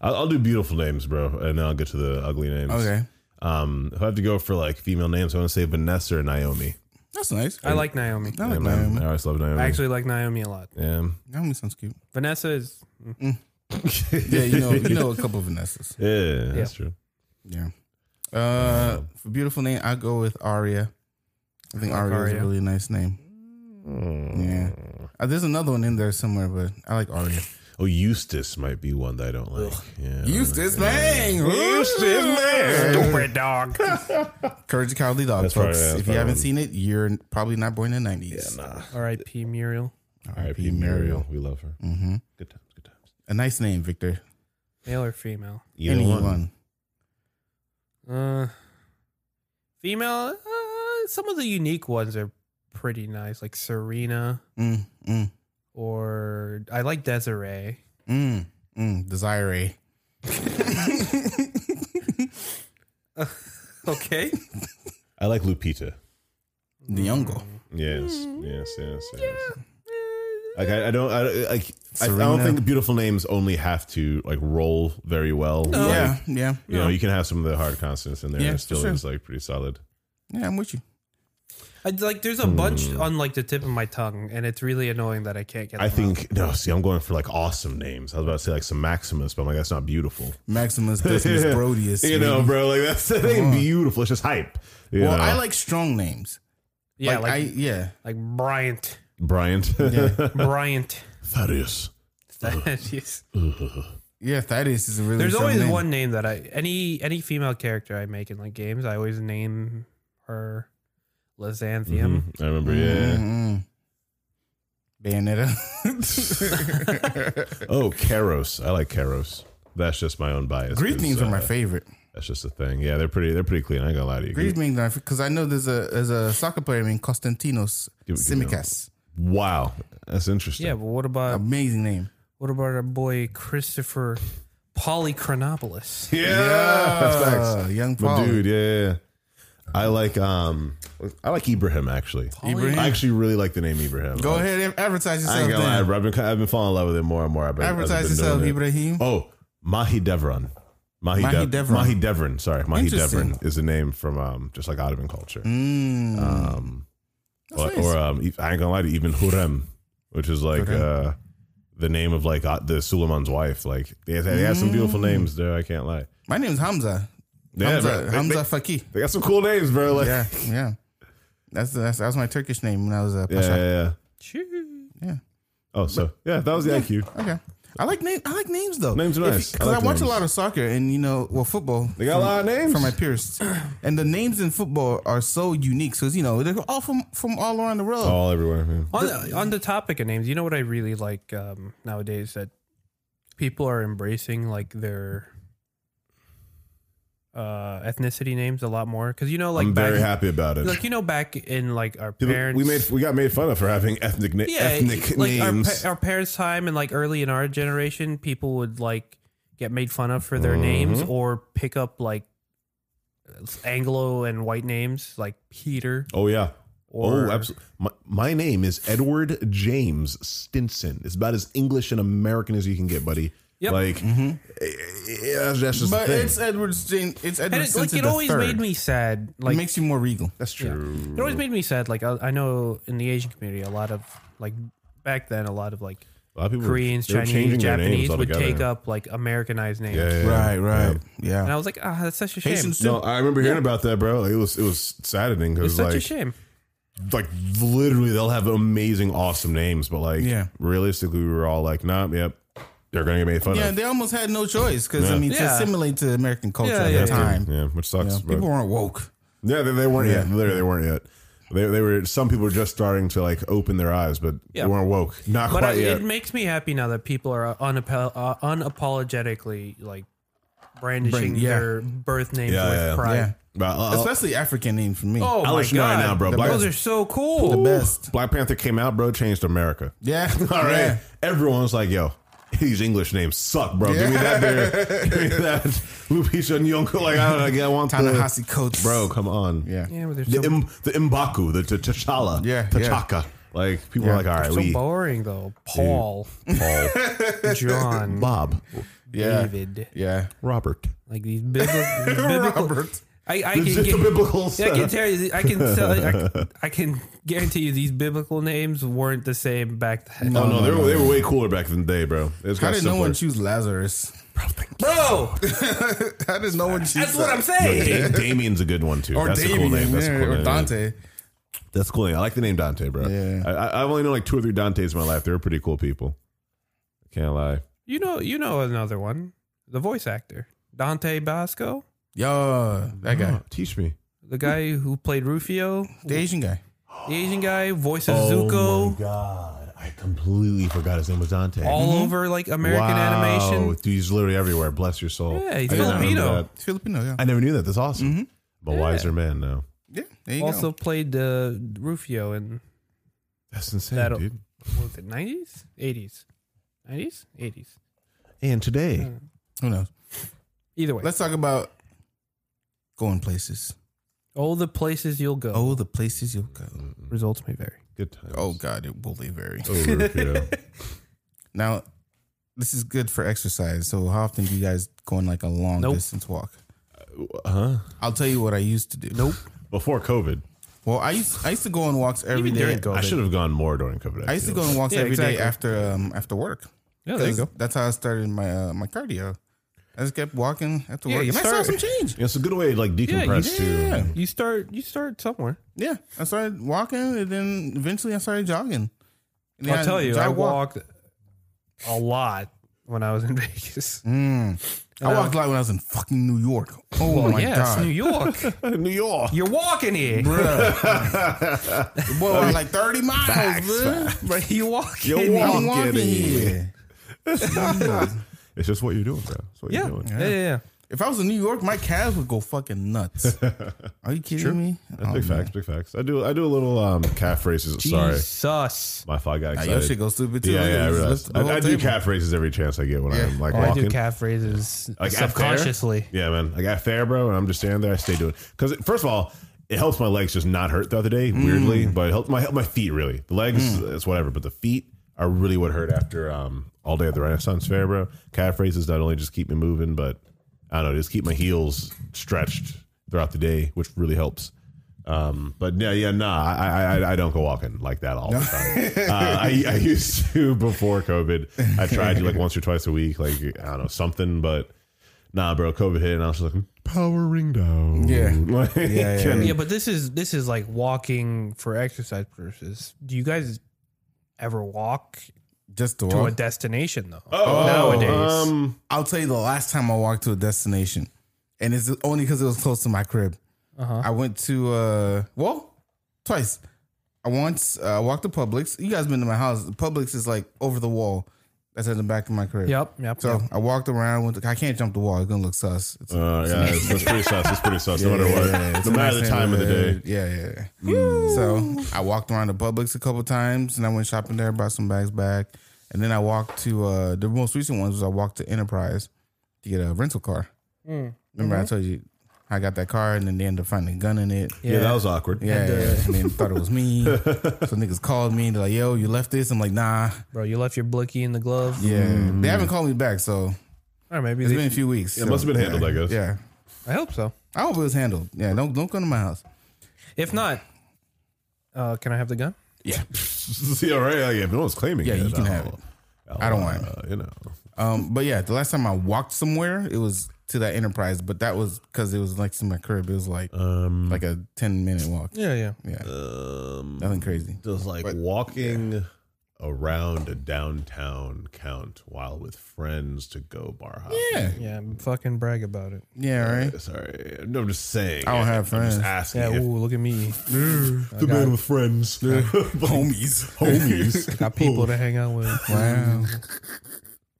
I'll, I'll do beautiful names, bro, and then I'll get to the ugly names.
Okay.
Um, if I have to go for like female names, I want to say Vanessa or Naomi.
That's nice.
I like Naomi.
I like
Yeah, man.
Naomi.
I always love Naomi.
I actually like Naomi a lot.
yeah.
Naomi sounds cute.
Vanessa is
Yeah, you know, you know a couple of Vanessas.
Yeah, that's true.
Yeah. Uh, for beautiful name, I go with Aria. I think Aria, is
Aria.
a really nice name. Yeah. Uh, there's another one in there somewhere, but I like Aria.
Oh, Eustace might be one that I don't like. Yeah.
Eustace Lang.
Eustace Lang.
stupid dog.
Uh, Courage the Cowardly Dog,
That's
folks.
probably- that's
if you haven't
probably-
seen it, you're probably not born in the 90s.
Nah.
R.I.P. Muriel.
R.I.P. Muriel. We love her.
hmm
Good times. Good times.
A nice name, Victor.
Male or female?
Either
Anyone.
one.
Uh, female. Uh, some of the unique ones are pretty nice, like Serena
Mm, mm,
or I like Desiree.
mm, mm. Desiree.
Okay.
I like Lupita.
The uncle.
Yes.
Mm,
Yes. Yes. yes.
Eh,
Like I, I don't I don't- like I, I don't
Serena.
think the beautiful names only have to like roll very well. Like,
Yeah, yeah.
You know, you can have some of the hard constants in there
Yeah,
and it
for
still
sure.
is like pretty solid.
Yeah, I'm with you.
I, like there's a bunch on like the tip of my tongue, and it's really annoying that I can't get.
I
them out.
think no, see I'm going for like awesome names. I was about to say like some Maximus, but I'm like that's not beautiful.
Maximus Decimus
Yeah.
Brodius.
You know, bro, like that's that ain't beautiful. It's just hype. You
Well,
know?
I like strong names.
yeah, like
I,
like,
yeah.
Bryant,
Bryant.
Bryant.
Thaddeus.
That is-
Yeah, Thaddeus is a really
There's
strong
always
name.
one name that I any any female character I make in like games, I always name her Lysanthium.
Mhm. I remember, yeah.
Mm-mm. Bayonetta.
Oh, Karos. I like Karos. That's just my own bias.
Greek
'cause,
names are my
uh,
favorite.
That's just the thing. Yeah, they're pretty. They're pretty clean. I ain't gonna lie to you.
Greek names are because I know there's a there's a soccer player named Konstantinos
Give- give me
Simikas.
Wow, that's interesting.
Yeah, but what about
Amazing name.
what about our boy Christopher Polychronopoulos?
yeah,
Uh, young
But
Paul.
dude, yeah, yeah, yeah. I like um, I like Ibrahim actually.
Ibrahim?
I actually really like the name Ibrahim.
Go
I-
ahead and advertise
I ain't
yourself.
gonna lie,
then.
bro. I've been, I've been falling in love with it more and more. I've been,
Advertise
I've been doing
yourself,
it.
Ibrahim.
Oh, Mahi Devran. Mahi,
Mahi
Dev-
Devran.
Mahi Devran. Sorry, Mahi
Interesting.
Devran is a name from um, just like Ottoman culture.
Mm.
Um, or,
nice.
or, um, I ain't gonna lie to you, even Hurrem, which is like uh, the name of like uh, the Suleiman's wife. Like they have, they have
Mm.
some beautiful names there. I can't lie.
My name's Hamza.
Yeah,
Hamza,
bro. They-
Hamza
they-
Faki.
They got some cool names, bro. Like,
Yeah, yeah. That's, that's that was my Turkish name when I was a
yeah, yeah,
Pasha.
yeah.
Shoo.
yeah.
Oh, so yeah, that was the IQ.
Okay. I like name. I like names though.
Names are nice. I
because I,
like
watch a
names.
lot of soccer and you know, well, football.
They got a lot of names.
for my peers, and the names in football are so unique. So you know, they're all from from all around the world.
All everywhere. man.
On the, on the topic of names, you know what I really like um, nowadays that people are embracing like their uh, ethnicity names a lot more because you know like
I'm very
back-
happy about it.
like you know back in like our
People-
parents
we made we got made fun of for having ethnic na- ethnic
like Our,
names.
pa- our parents' time and like early in our generation, people would like get made fun of for
Mm-hmm.
their names or pick up like Anglo and white names like Peter.
oh yeah.
Or-
oh, absolutely. My, my name is Edward James Stinson. It's about as English and American as you can get, buddy.
Yep.
Like, eh, eh, that's, that's just
but
the thing.
it's Edward's. Jane- It's Edward.
And it, like
Simpson
it always
III.
made me sad.
It
Like
makes you more regal.
that's true.
it always made me sad. Like I, I know in the Asian community, a lot of like back then, a lot of like
A lot of people
Koreans,
they were
Chinese,
changing their names
Japanese would
altogether.
take up like Americanized names.
Yeah, yeah, yeah.
Right. Right. Yeah.
And I was like, ah, that's such a shame.
Haitians
It's
too.
No, I remember hearing about that, bro. It was it was saddening because
such
like
a shame.
like literally they'll have amazing, awesome names, but like
Yeah.
realistically, we were all like, nah, yep, they're gonna get made fun
Yeah,
of.
they almost had no choice because I mean to
Yeah.
assimilate to American culture
Yeah,
at
yeah,
the
yeah.
time,
Yeah, which sucks. but-
people weren't woke.
yeah, they, they weren't yet.
Yeah.
Literally, they weren't yet. They, they were. Some people were just starting to like open their eyes, but
Yeah.
they weren't woke. Not
But
uh,
quite uh,
I,
yet.
it makes me happy now that people are unapo- uh, unapologetically like brandishing
Brand- yeah.
their birth names
Yeah,
with
yeah, yeah.
pride.
Yeah.
But uh, I'll- I'll-
Especially African names for me.
Oh
I'll
my
let you know right
god,
now, bro.
The
Black-
Those are so cool.
the best.
Black Panther came out, bro, changed America.
Yeah.
All right.
Yeah.
Everyone was like, yo, these English names suck, bro. Give me
Yeah.
that beer. Give me that Lupita Nyong'o. Like, I don't know. I get- I want the...
Ta-Nehisi Coates.
Bro, come on.
Yeah.
Yeah, but they're
The,
so,
Im, the Mbaku, the T- T'Challa,
Yeah, yeah.
T'Chaka. Like, people
Yeah.
are like, all right,
so
we...
boring though. Paul, John,
Bob,
Yeah.
David,
Yeah.
Robert.
like these biblical. these biblical
Robert.
I, I
It's
can
just a
get.
biblical
Yeah, I can
stuff.
tell you, I can tell, you- I, can- I can guarantee you, these biblical names weren't the same back then.
Oh, no, they were, they were way cooler back in the day, bro. It was
How
kinda
did no
simpler.
one choose Lazarus?
bro.
How did no one choose
That's what I'm
that?
Yo,
saying.
Da- Damien's a good one, too.
Or
That's
Damien,
a cool name. That's a
yeah,
cool
or
name.
Dante.
That's cool. I like the name Dante, bro.
Yeah.
I, I- I've only known like two or three Dantes in my life. They were pretty cool people. Can't lie.
You know, you know another one. The voice actor Dante Basco,
Yo, that guy.
Oh, teach me.
the guy who played Rufio,
The Asian guy.
the Asian guy, voice of Zuko,
Oh god! I completely forgot his name was Dante.
all over like American animation.
Dude, he's literally everywhere. Bless your soul.
Yeah, he's
I did not remember
Filipino.
that.
It's Filipino, yeah.
I never knew that. That's awesome. I'm a wiser man now.
Yeah, there you
Also
go.
played uh, Rufio in
That's insane,
That'll-
dude.
what was it nineties, eighties, nineties, eighties.
And today,
Who knows?
Either way,
Let's talk about going places.
all the places you'll go,
Oh, the places you'll go.
results may vary.
good times.
Oh, God, it will be very.
Over Rufio.
Now, this is good for exercise. So, how often do you guys go on like a long
Nope.
distance walk?
huh?
I'll tell you what I used to do. Nope.
Before COVID,
Well, I used I used to go on walks every
Even
day.
during
I should have gone more during COVID.
I used to
feel.
go on walks
Yeah,
every day
exactly.
after um after work.
Yeah, there you
'Cause
go.
That's how I started my uh, my cardio. I just kept walking after
Yeah,
work.
you
And I saw
start-
some change.
Yeah, it's a good way to like decompress
Yeah.
too.
You start, you start somewhere.
Yeah, I started walking, and then eventually I started jogging. And then
I'll tell you,
jog
I
walk-
walked a lot when I was in Vegas.
I walked a lot when I was in fucking New York. Oh my
uh, yeah,
god,
it's New York.
New York.
You're walking here.
Bruh. Boy, I'm like thirty miles. bruh.
But you walk.
You're
in.
I'm
Walking
walking
here.
here.
It's just what you're doing, bro. That's what
Yeah.
you're doing.
yeah, yeah, yeah.
If I was in New York, my calves would go fucking nuts. Are you kidding me? Oh,
big facts, big facts. I do I do a little um calf races. Sorry.
Jesus.
My thought got
Nah,
excited.
your Oh, shit goes stupid too.
yeah, yeah, I
You just
realize.
lift the
I,
whole
I do
table.
calf raises every chance I get when I'm like
Oh, I
walking.
do calf raises
Like, at fair?
subconsciously.
yeah, man. Like at fair, bro, and I'm just standing there. I stay doing because first of all, it helps my legs just not hurt throughout the day. Weirdly, but it helps my help my feet really. The legs, it's whatever, but the feet are really what hurt after um all day at the Renaissance Fair, bro. Calf raises not only just keep me moving, but I don't know, just keep my heels stretched throughout the day, which really helps. Um, but yeah, yeah, nah, I, I, I- I don't go walking like that all the time. uh, I, I used to before COVID. I tried to like once or twice a week, like I don't know something, but nah, bro. COVID hit, and I was just like powering down.
Yeah.
Like,
yeah, yeah.
and-
Yeah, but this is this is like walking for exercise purposes. Do you guys ever walk
Just to
to
walk.
a destination though?
Oh,
nowadays.
um,
I'll tell you the last time I walked to a destination, and it's only because it was close to my crib. I went to uh, well, twice. I once uh, walked to Publix. You guys been to my house? Publix is like over the wall. That's at the back of my crib.
Yep, yep.
So
yep.
I walked around. Went to, I can't jump the wall. It's gonna look sus. It's,
uh, yeah, it's, it's pretty sus. It's pretty sus. no matter
yeah,
what,
yeah, yeah. It's
no
a
matter
nice
the time of the
neighborhood.
day.
Yeah, yeah. yeah. So I walked around the Publix a couple times, and I went shopping there, bought some bags back, and then I walked to uh, the most recent ones was I walked to Enterprise to get a rental car. Remember I told you I got that car, and then they ended up finding a gun in it.
Yeah, that was awkward.
Yeah, yeah, and then thought it was me. so niggas called me. They're like, "Yo, you left this." I'm like, "Nah."
Bro, you left your blicky in the glove.
Yeah, they haven't called me back, so
Or maybe
it's
they,
been a few weeks.
Mm-hmm. It must have been handled, I guess.
Yeah,
I hope so.
I hope it was handled. Yeah, don't don't come to my house.
If not, uh, can I have the gun?
Yeah,
See, all right. Like, if no one's claiming
Yeah,
it,
you can
I'll-
have it. I don't want it.
uh, You know.
Um, but yeah, the last time I walked somewhere, it was to that Enterprise, but that was because it was next to my crib. It was like
Um,
like a ten minute walk.
Yeah, yeah.
Yeah,
um,
nothing crazy.
Does like
But-
walking around a downtown count while with friends to go bar hopping.
Yeah,
Yeah, fucking brag about it.
yeah, right.
Sorry, no, I'm just saying.
I don't have
I'm
friends.
just asking.
Yeah,
if-
ooh, look at me. I
the man
got-
with friends, homies, homies.
Got people to hang out with.
Wow.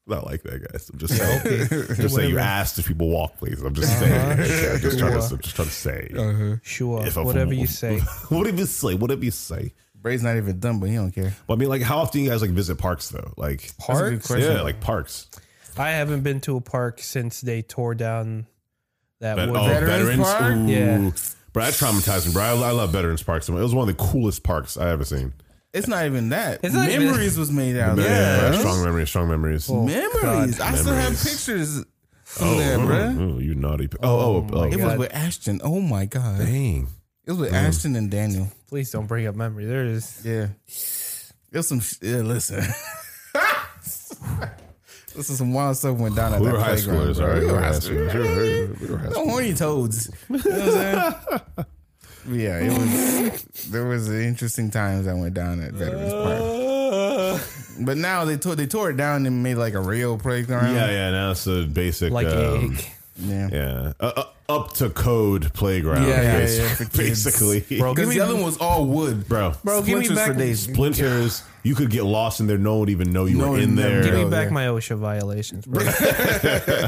Not like that, guys. I'm just saying. Just saying you
Whatever.
asked if people walk, please. I'm just saying. Okay, I'm just trying to. I'm just trying to say.
Sure,
If I'm
Uh-huh. whatever
from-
you say.
whatever you say. Whatever you say.
Bray's not even done, but he don't care.
But I mean, like, how often you guys like visit parks though? Like
That's a good
Parks?
question.
Yeah, like parks.
I haven't been to a park since they tore down that
Vet-
wood.
oh,
Veterans
veterans.
Park?
Ooh.
Yeah.
Bro, that traumatized me, bro. I, I love veterans parks. It was one of the coolest parks I ever seen.
It's not even that.
It's not even-
Memories was made out of
Yeah,
that.
strong memories, strong memories.
Oh,
Memories. I still have
Memories.
pictures from
oh,
there,
oh,
bruh.
oh, you naughty. p- Oh, oh, oh.
It was
God.
with Ashton. Oh my god.
Dang.
It was with Ashton and Daniel.
Please don't bring up memory. There is.
Yeah. There's some. Sh- yeah, listen. this is some wild stuff went down at
We
that
were high
playground.
schoolers,
bro.
all right?
We were high schoolers.
schoolers. We were high
No
schoolers.
horny toads. You know what I'm saying? yeah, it was. There was interesting times that went down at Veterans Park.
Uh.
But now they tore they tore it down and made like a real playground.
Yeah, yeah. Now it's a basic.
Like
um,
egg.
yeah.
Yeah. Uh, uh, up to code playground.
Yeah, yeah,
basi-
yeah, for kids.
Basically.
Bro, give
Because
me,
the other one was all wood,
Bro.
bro, give me
Splinters
back,
for days.
Splinters. You could get lost in there. No one even know you
No
were
one
in
never
there.
give me
Oh,
back
yeah.
my OSHA violations, bro.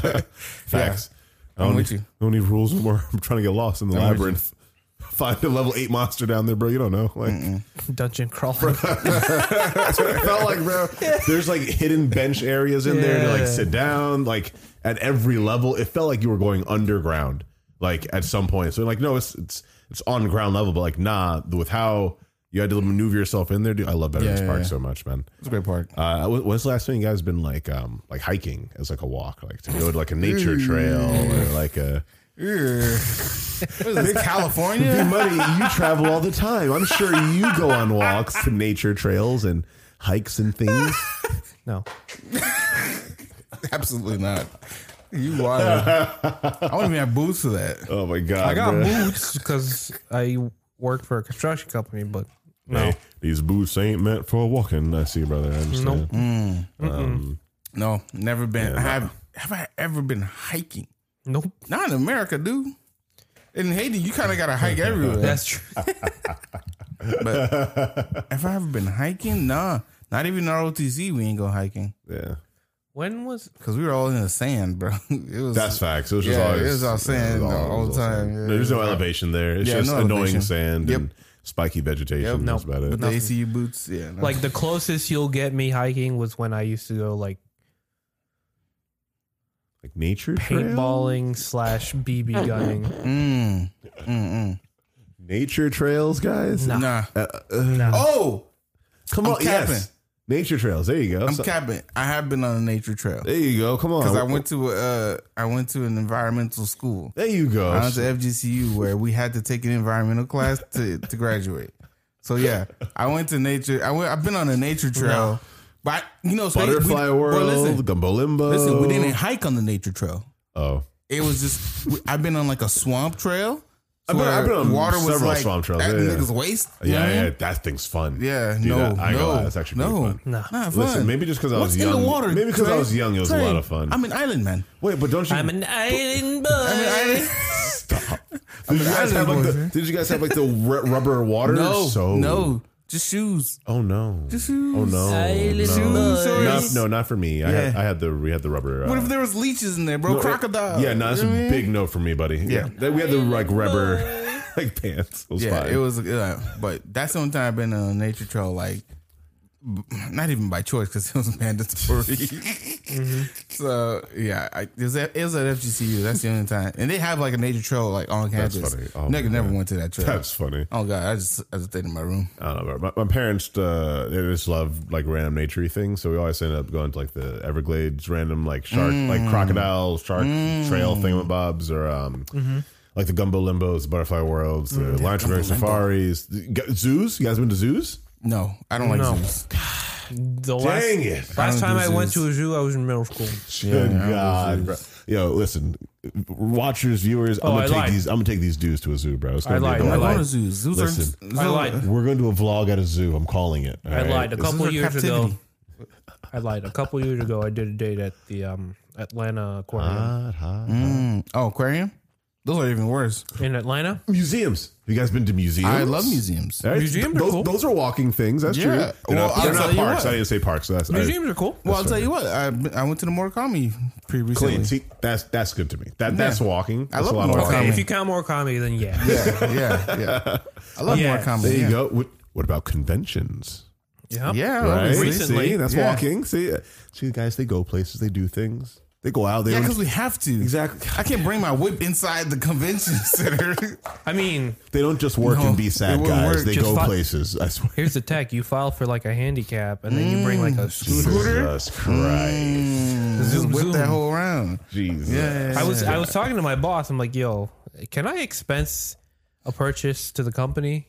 Facts. I
I'm
don't
with
need-
you.
I don't need rules anymore. I'm trying to get lost in the
I'm with
labyrinth. Find a level eight monster down there, bro. You don't know. Like
Dungeon crawler.
that's what it felt like, bro. There's like hidden bench areas in there to
Yeah.
like sit down. Like at every level, it felt like you were going underground. Like at some point, so like no, it's it's it's on ground level, but like nah, with how you had to maneuver yourself in there, dude. I love Veterans
Yeah, yeah,
Park
yeah.
so much, man.
It's a great park.
Uh, wh- when's the last time you guys been like um like hiking as like a walk, like to go to like a nature trail or like a
Yeah. what is this, California?
Big Money, you travel all the time. I'm sure you go on walks to nature trails and hikes and things.
No.
Absolutely not. You wild. I wouldn't even have boots for that.
Oh my god!
I got
bruh.
boots because I work for a construction company, but no.
Hey, these boots ain't meant for walking. I see, brother. I understand.
No, never been. I have have I ever been hiking?
Nope.
Not in America, dude. In Haiti, you kind of got to hike everywhere.
That's true.
have I ever been hiking? Nah, not even ROTC. We ain't go hiking
Yeah,
When was
because we were all in the sand, bro. It was
that's facts. It was just
Yeah,
always,
it was all sand
it was
all
it was
the
all
time.
sand.
Yeah,
There's no
it was-
elevation there. It's
Yeah,
just
no
annoying
elevation.
sand
Yep.
and spiky vegetation.
Yep.
That's about
with
it.
the ACU boots. Yeah, no.
like the closest you'll get me hiking was when I used to go like
Like nature trail?
paintballing slash BB gunning.
mm, mm, mm.
Nature trails, guys.
Nah.
nah.
Uh, uh,
Oh,
Come
I'm
on, yes.
capping.
Nature trails. There you go.
I'm
So-
capping. I have been on a nature trail.
there you go. Come
Oh,
on.
Because I went to uh, I went to an environmental school.
There you go.
I went to FGCU where we had to take an environmental class to, to graduate. So yeah, I went to nature. I went. I've been on a nature trail, but you know, so we-
Butterfly
bro,
World,
listen,
Gumbo Limbo.
listen, we didn't hike on the nature trail.
Oh,
It was just we- I've been on like a swamp trail.
I've been-
where
I've been on
water was
several
like
swamp trails,
That
yeah, yeah.
nigga's waist. you know
yeah,
what I
yeah,
mean?
that thing's fun.
Yeah,
Dude,
no,
that- I ain't gonna
no,
lie, that's actually
no,
pretty fun.
Nah.
Not fun.
Listen, maybe just because I was
What's
young,
in the water?
maybe because I
Trey?
was young, it was a
Trey,
lot of fun.
I'm an island man.
Wait, but don't you?
I'm an island boy.
I'm an island.
stop. Did you,
an
guys have
island
like
boy,
the,
man.
did you guys have like the ru- rubber water?
No,
so,
no, just shoes.
Oh no.
Just shoes.
Oh no. No.
Shoes, shorts.
Not, no, not for me. I, had,
Yeah.
I had the we had the rubber.
What
uh,
if there was leeches in there, bro?
no, it-
Crocodile.
Yeah, no, that's
You
a
know what I mean?
big no for me, buddy. Yeah, That- we had the like rubber like pants. It was
Yeah,
fine.
it was. Yeah, but that's the only time I've been on a nature trail, like b- not even by choice because it was mandatory.
Mm-hmm.
So yeah, I, it, was at, it was at FGCU. That's the only time, and they have like a nature trail like on
That's
campus.
funny. Oh,
Nigga
man.
never went to that trail.
That's funny.
oh god, I just I just stayed in my room.
I don't know. but My, my parents, uh, they just love like random naturey things, so we always ended up going to like the Everglades, random like shark,
Mm.
like crocodile shark trail thingamabobs, or um,
Mm-hmm.
like the gumbo limbos, butterfly worlds,
Mm,
the lion
Gumbo
Lion safaris, the- g- zoos. You guys been to zoos?
No, I don't like
No.
zoos.
The last,
Dang it!
last
I don't
time
do
I went
zoos.
to a zoo, I was in middle school.
Good
I don't do
God, bro.
zoos.
Yo, listen. watchers, viewers,
Oh,
I'm
I
gonna take
lied.
these. I'm gonna take these dudes to a zoo, bro. It's
I
gonna be
lied.
a
I'm
dog.
not
lied.
going to zoos. Zoos
Listen,
are. zoos
I
are-
lied.
We're going to a vlog at a zoo. I'm calling it. all
I
right?
lied a
This is
couple
our
years ago.
captivity.
I lied a couple years ago. I did a date at the um, Atlanta Aquarium
Hot, hot.
Mm. Oh, aquarium. Those are even worse.
in Atlanta.
Museums. Have you guys been to museums?
I love museums.
All right.
Museums are
those,
cool.
those are walking things. That's
Yeah.
true.
Well,
They're not,
I'll
they're
tell
not
you
parks.
what.
I didn't say parks. That's I-
Museums are cool.
Well, I'll tell you what. I, I went to the Murakami pretty recently.
clean. See, that's that's good to me. That that's walking. That's
love
a lot of
Murakami.
walking.
Okay, if you count more comedy, then yeah.
Yeah, yeah, yeah. I love
Yeah.
Murakami.
There
yeah. Oh,
you go. What, what about conventions?
Yeah.
Yeah,
Right?
obviously.
Recently.
See, that's
Yeah.
walking. See, uh, see, guys, they go places. They do things. They go out. They
Yeah,
don't-
because we have to.
Exactly.
I can't bring my whip inside the convention center.
I mean,
They don't just work
No,
and be
they
sad
won't
guys.
work,
They
just
go
fi-
places. I swear.
here's the tech: you file for like a handicap, and then you bring like a scooter.
Jesus Christ.
Just whip
zoom.
that whole round.
Jesus.
Yeah.
I was I was talking to my boss. I'm like, yo, can I expense a purchase to the company?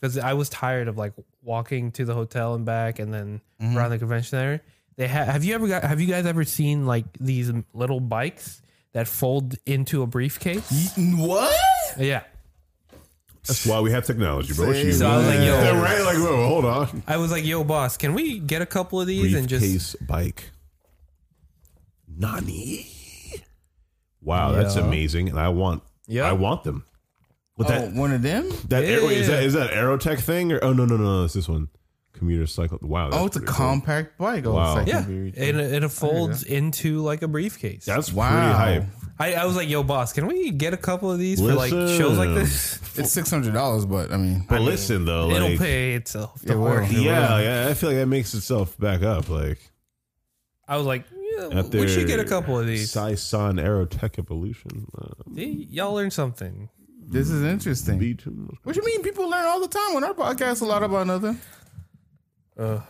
Because I was tired of like walking to the hotel and back, and then
Mm-hmm.
around the convention center. They ha- have you ever got have you guys ever seen like these little bikes that fold into a briefcase?
What?
Yeah,
That's why we have technology, bro. What
See?
you
So I was like, yo.
They're right? Like, whoa, hold on.
I was like, yo, boss, can we get a couple of these and just
Briefcase bike. Nani. Wow, that's
Yeah.
amazing. And I want
Yeah.
I want them. What
Oh,
that
one of them?
that air- wait, is
Yeah.
that is that Aerotech thing or oh no no no, no it's this one. Commuter cycle. Wow. that's
Oh, it's a
pretty cool.
compact bike. Oh, it's
Wow.
like
yeah,
very-
and it, it folds into like a briefcase.
That's
Wow.
pretty hype.
I, I was like, yo, boss, can we get a couple of these for like shows like this?
It's six hundred dollars, but I mean,
But listen though, like,
It'll pay itself.
it
Don't
will.
worry.
It
Yeah, yeah. I feel like that makes itself back up. Like
I was like, yeah,
Out
we should
there.
get a couple of these.
Sison Aerotech Evolution. Uh,
See, y'all learn something.
This is interesting.
be too-
What you mean? People learn all the time on our podcast a lot about nothing.
Uh,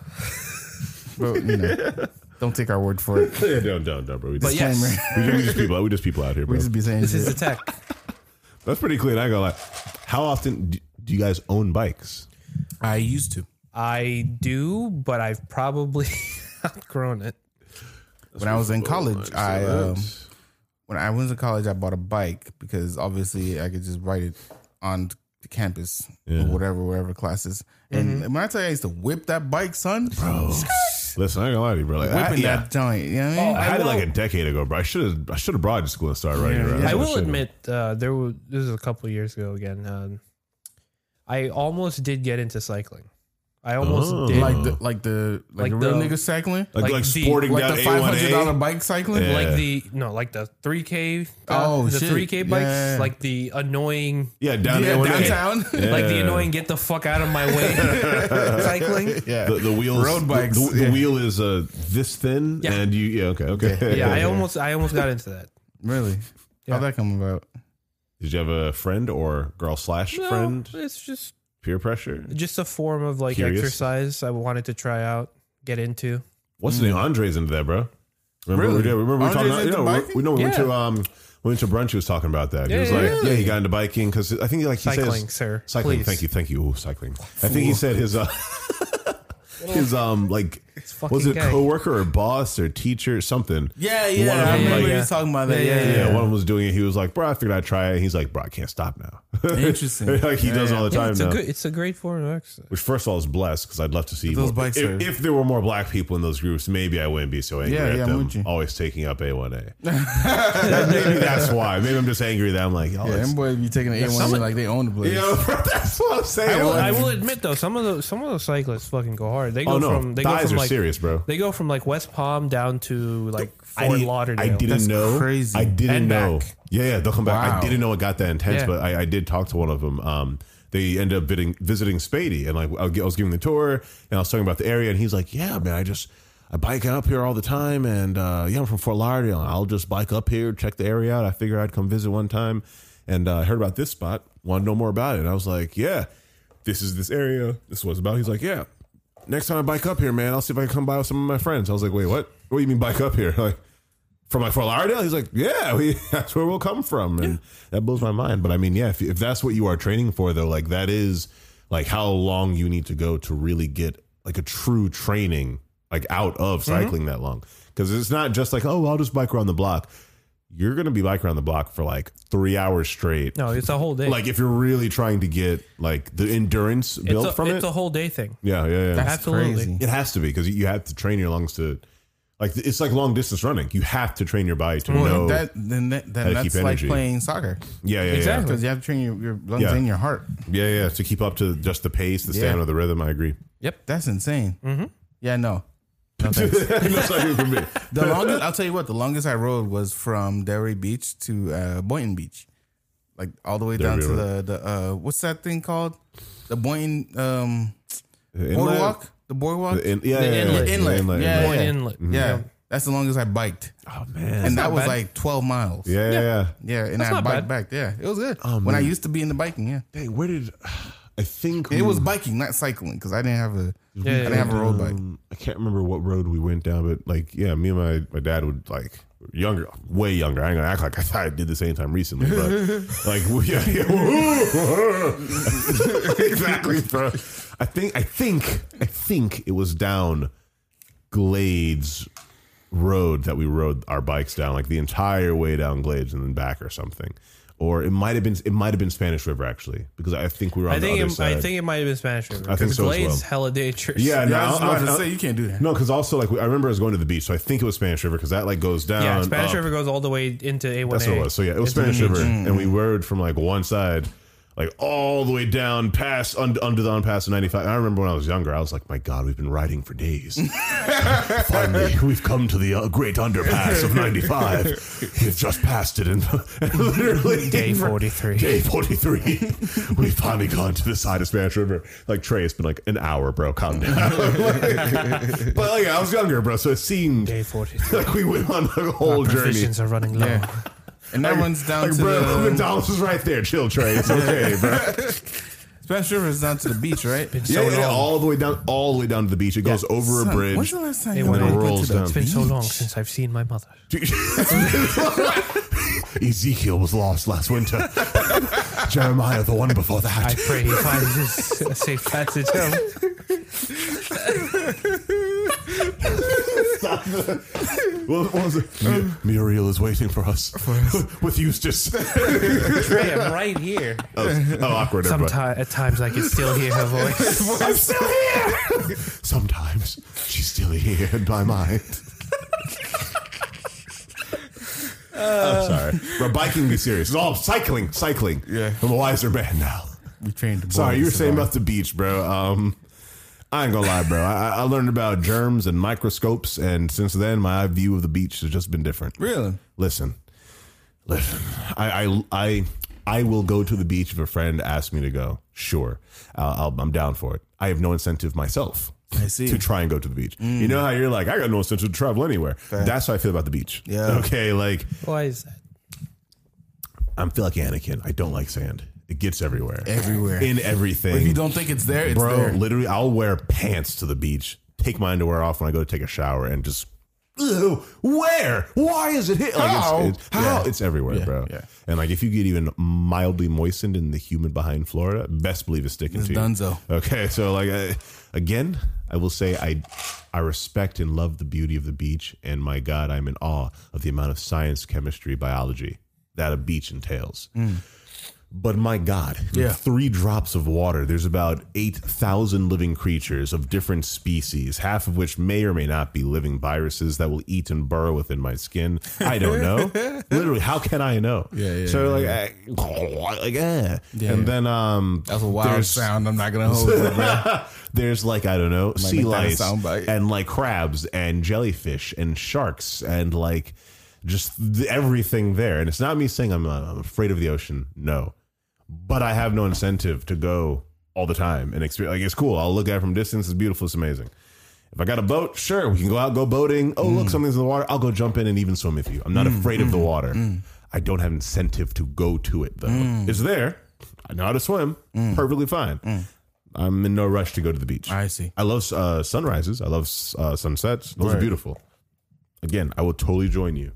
but you know, don't take our word for it.
Yeah, don't, don't, don't, bro. We
But
just,
yes,
Disclaimer.
we, just, we just people out. We just people out here, bro.
we just be saying
this is the
shit.
tech.
That's pretty clean. I go like, how often do, do you guys own bikes?
I used to
I do, but I've probably outgrown it.
when I was in college. I um,
that's-
when I was in college, I bought a bike because obviously I could just ride it on the campus
Yeah. Mm-hmm.
or whatever, wherever classes. And when I tell you, I used to whip that bike, son,
Oh. Listen, I ain't gonna lie to you, bro. Like, I,
whipping
yeah,
that joint. You know what I mean?
I had it
will-
like a decade ago, bro. I should have, I should have brought it to school and started riding. around.
I
That's what
will
should've.
admit, uh, there was this is a couple of years ago again. Um, I almost did get into cycling. I almost
Oh.
did, like,
like the like the like,
Like
the real
the-
nigga cycling,
like,
like
like,
the-
sporting
like
down
the
A
five
one
hundred dollar
A.
bike cycling.
Yeah.
the no, like the three k, uh,
Oh,
the
shit.
three k bikes,
Yeah.
like the annoying,
Yeah, down
Yeah,
A one A.
downtown.
like the
Yeah.
annoying, get the fuck out of my way cycling.
yeah,
The, the wheels,
Road bikes,
The, the
yeah.
wheel is uh, this thin,
Yeah.
and you, yeah, okay, okay.
Yeah, I almost, I almost got into that.
really.
Yeah.
How'd that come about?
Did you have a friend or girl slash
No,
friend?
it's just
Peer pressure.
just a form of like
Curious?
exercise I wanted to try out, get into.
What's
Mm.
the name? Andre's into that, bro. Remember,
Really?
yeah, remember we
Andre's
talking about, you
into
know, we-
biking?
we, know, we went
Yeah.
to um we went to brunch. He was talking about that.
Yeah,
he was
yeah,
like,
yeah.
yeah, he got into biking because I think like he
Cycling,
says
sir.
cycling.
Please.
Thank you, thank you. Ooh, cycling. I think he said his uh his um like
fucking
was it
gay.
coworker or boss or teacher something.
Yeah,
yeah, One of I them, remember like- you
was talking about that.
yeah,
Yeah, one of them was doing it. He was like, "Bro, I figured I'd try it." He's like, "Bro, I can't stop now."
Interesting.
like he does it all the
Yeah,
time
it's
now.
a good, it's a great form of exercise.
Which first of all is blessed because I'd love to see
Those
more-
bikes
if,
are-
if there were more black people in those groups, maybe I wouldn't be so angry
Yeah,
at
yeah, I'm with you.
them always taking up A one A. Maybe that's why. Maybe I'm just angry that I'm like, oh,
Yeah,
it's-
them boys be taking the A one like they own the place.
you know, that's what I'm saying.
I will,
Like,
I will admit though, some of the some of the cyclists fucking go hard. They go
oh no,
from they go
thighs
from
are
like
serious, bro.
they go from like West Palm down to like
I,
Fort
did-
Lauderdale.
I didn't
That's
know.
crazy.
I didn't
And
know.
back.
Yeah, yeah, they'll come back.
Wow.
I didn't know it got that intense,
Yeah.
but I, I did talk to one of them. Um, they ended up visiting, visiting Spady, and like I'll get- I was giving the tour, and I was talking about the area, and he's like, "Yeah, man, I just I bike up here all the time, and uh, yeah, I'm from Fort Lauderdale. and I'll just bike up here, check the area out. I figure I'd come visit one time, and uh, I heard about this spot, want to know more about it, and I was like, yeah, this is this area, this is what it's about. He's like, yeah, next time I bike up here, man, I'll see if I can come by with some of my friends. I was like, wait, what? What do you mean bike up here? Like from like Fort Lauderdale? He's like, yeah, we, that's where we'll come from. And that blows my mind. But I mean, yeah, if, if that's what you are training for, though, like that is like how long you need to go to really get like a true
Mm-hmm.
training, like out of cycling that long. Because it's not just like, oh, I'll just bike around the block. you're gonna be like around the block for like three hours straight.
No, it's a whole day.
Like if you're really trying to get like the endurance
it's
built
a,
from
it's
it.
a whole day thing.
yeah, yeah, yeah.
That's
Absolutely.
crazy.
It has to be because you have to train your lungs to, like, it's like long distance running. You have to train your body to know.
That then that,
How
then
to
that's
keep
like
energy.
playing soccer
yeah, yeah,
Exactly.
because you have to train your, your lungs
Yeah.
and your heart.
yeah, yeah, yeah. To keep up to just the pace, the stamina, the rhythm. I agree.
That's insane. Mm-hmm. Yeah, no. No thanks.
That's not even for me.
The longest I'll tell you what, the longest I rode was from Derry Beach to uh, Boynton Beach, like all the way down
Derry
to the
Road.
the uh, what's that thing called? The Boynton um,
The inlet-
boardwalk, the boardwalk,
the in- yeah, yeah, yeah,
inlet.
yeah,
Inlet.
inlet,
Yeah,
inlet.
Point inlet.
Mm-hmm.
yeah, that's the longest I biked,
Oh man.
and that
not
was
bad.
like twelve miles.
Yeah, yeah, yeah.
yeah, and
That's
I
not
biked
bad.
back. Yeah, it was good.
Oh,
when I
man.
used to be in the biking, yeah,
Dang, where did I think
it
we-
was biking, not cycling, because I didn't have a
Yeah,
I
yeah,
didn't have a road bike.
Um, I can't remember what road we went down, but like, yeah, me and my, my dad would like younger, way younger. I ain't gonna act like I thought I did the same time recently, but like, we- yeah, yeah, woo-hoo. exactly, bro. I think, I think, I think it was down Glades Road that we rode our bikes down, like the entire way down Glades and then back or something. Or it might have been, it might have been Spanish River actually, because I think we were on
I
the
think
other
it,
side.
I think it might have been Spanish River.
I think
'cause
so as
Glades
well.
hella dangerous.
yeah, no,
Yeah, I was
I-
about to
I-
say you can't do that.
No, because also like I remember I was going to the beach, so I think it was Spanish River because that like goes down.
Yeah, Spanish
up.
River goes all the way into A1A.
That's what it was. So yeah, it was Spanish River, and we
Mm.
rode from like one side, like all the way down past under, under the underpass of ninety five. I remember when I was younger, I was like, my God, we've been riding for days. Finally, we've come to the uh, great underpass of ninety five. We've just passed it, and, and literally
Day 43.
Day forty three. We've finally gone to the side of Spanish River. Like Trey, it's been like an hour, bro. Calm down. but like I was younger, bro, so it seemed
Day 40.
like we went on a whole journey.
Provisions are running low.
Yeah. And that runs down
Like,
to
bro,
the
McDonald's is right there. Chill, Trey. It's okay, bro.
Spanish River is down to the beach, right?
yeah, yeah, yeah, all the way down, all the way down to the beach. It goes over
Son,
a
When's
bridge.
the last time
It
you went
went-
to
rolls
the
down.
It's been so
beach?
long since I've seen my mother.
Ezekiel was lost last winter. Jeremiah, the one before
I
that.
pray he finds his a safe passage home.
Well, what was it? Mu-
Um,
Muriel is waiting for us with Eustace.
Pray I'm right here.
oh, awkward. everybody.
Sometimes at times I can still hear her voice.
I'm still here. Sometimes she's still here in my mind. I'm sorry. Uh, We're biking. Be serious. It's all cycling. Cycling.
Yeah.
I'm a wiser man now.
We trained. the
Sorry,
boys
you were
to
saying
survive.
about the beach, bro. Um, I ain't gonna lie, bro. I, I learned about germs and microscopes, and since then, my view of the beach has just been different.
Really?
Listen, listen. I, I, I, I will go to the beach if a friend asks me to go. Sure, I'll, I'll, I'm down for it. I have no incentive myself.
I see. Mm.
To try and go to the beach. You know how you're like, I got no incentive to travel anywhere. That's how I feel about the beach.
Yeah.
Okay. Like,
Why is that?
I feel like Anakin. I don't like sand. It gets everywhere.
Everywhere.
In everything.
If you don't think it's there, it's
Bro,
there.
literally, I'll wear pants to the beach, take my underwear off when I go to take a shower, and just. Ew, where? Why is it hit? Like
How?
It's, it's, how? It's everywhere, bro.
yeah.
And like, if you get even mildly moistened in the humid behind Florida, best believe it's sticking
It's
to
dunzo.
you. Okay, so like, I, again, I will say I, I respect and love the beauty of the beach, and my God, I'm in awe of the amount of science, chemistry, biology that a beach entails. But my God,
Yeah.
three drops of water. There's about 8,000 living creatures of different species, half of which may or may not be living viruses that will eat and burrow within my skin. I don't know. Literally, how can I know?
Yeah, yeah,
so, like, I, like eh. and then, um,
That's a wild
there's-
sound. I'm not gonna hold it, bro.
there's like I don't know sea
make that a
lice
soundbite.
and like crabs and jellyfish and sharks and like just th- everything there. And it's not me saying I'm uh, I'm afraid of the ocean. No, but I have no incentive to go all the time and experience. Like it's cool. I'll look at it from distance. It's beautiful. It's amazing. If I got a boat, sure, we can go out, go boating. Oh,
Mm.
look, something's in the water. I'll go jump in and even swim with you. I'm not afraid of the water.
mm.
I don't have incentive to go to it though. It's there. I know how to swim.
Mm.
Perfectly fine. I'm in no rush to go to the beach.
I see.
I love uh, sunrises. I love uh, sunsets. Those are
Right.
beautiful. Again, I will totally join you.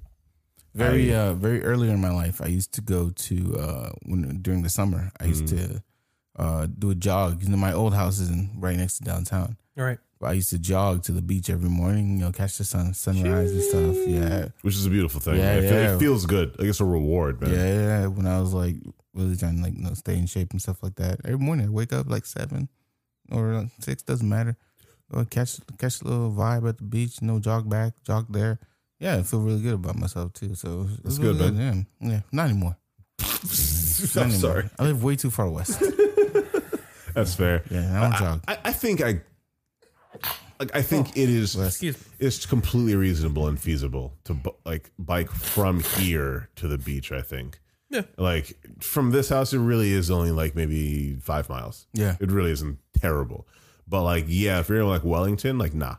Very, uh, very early in my life, I used to go to uh, when during the summer, I used to uh, do a jog. You know, my old house is in, right next to downtown,
All right.
I used to jog to the beach every morning, you know, catch the sun, sunrise and stuff. Yeah.
which is a beautiful thing.
Yeah,
I feel,
yeah.
It feels good. Like it's a reward, man.
Yeah, yeah. When I was like really trying to like you know, stay in shape and stuff like that. Every morning I wake up like seven or like, six, doesn't matter. Or catch catch a little vibe at the beach, no jog back, jog there. Yeah, I feel really good about myself too. So it's- it's
good,
really Yeah. yeah, not anymore. Not
I'm
anymore.
sorry.
I live way too far west.
That's fair.
Yeah, I don't Oh, jog.
I, I think I like I think it is
Excuse me.
it's completely reasonable and feasible to bu- like bike from here to the beach, I think.
Yeah.
Like from this house it really is only like maybe 5 miles.
Yeah.
It really isn't terrible. But like yeah, if you're in like Wellington, like nah.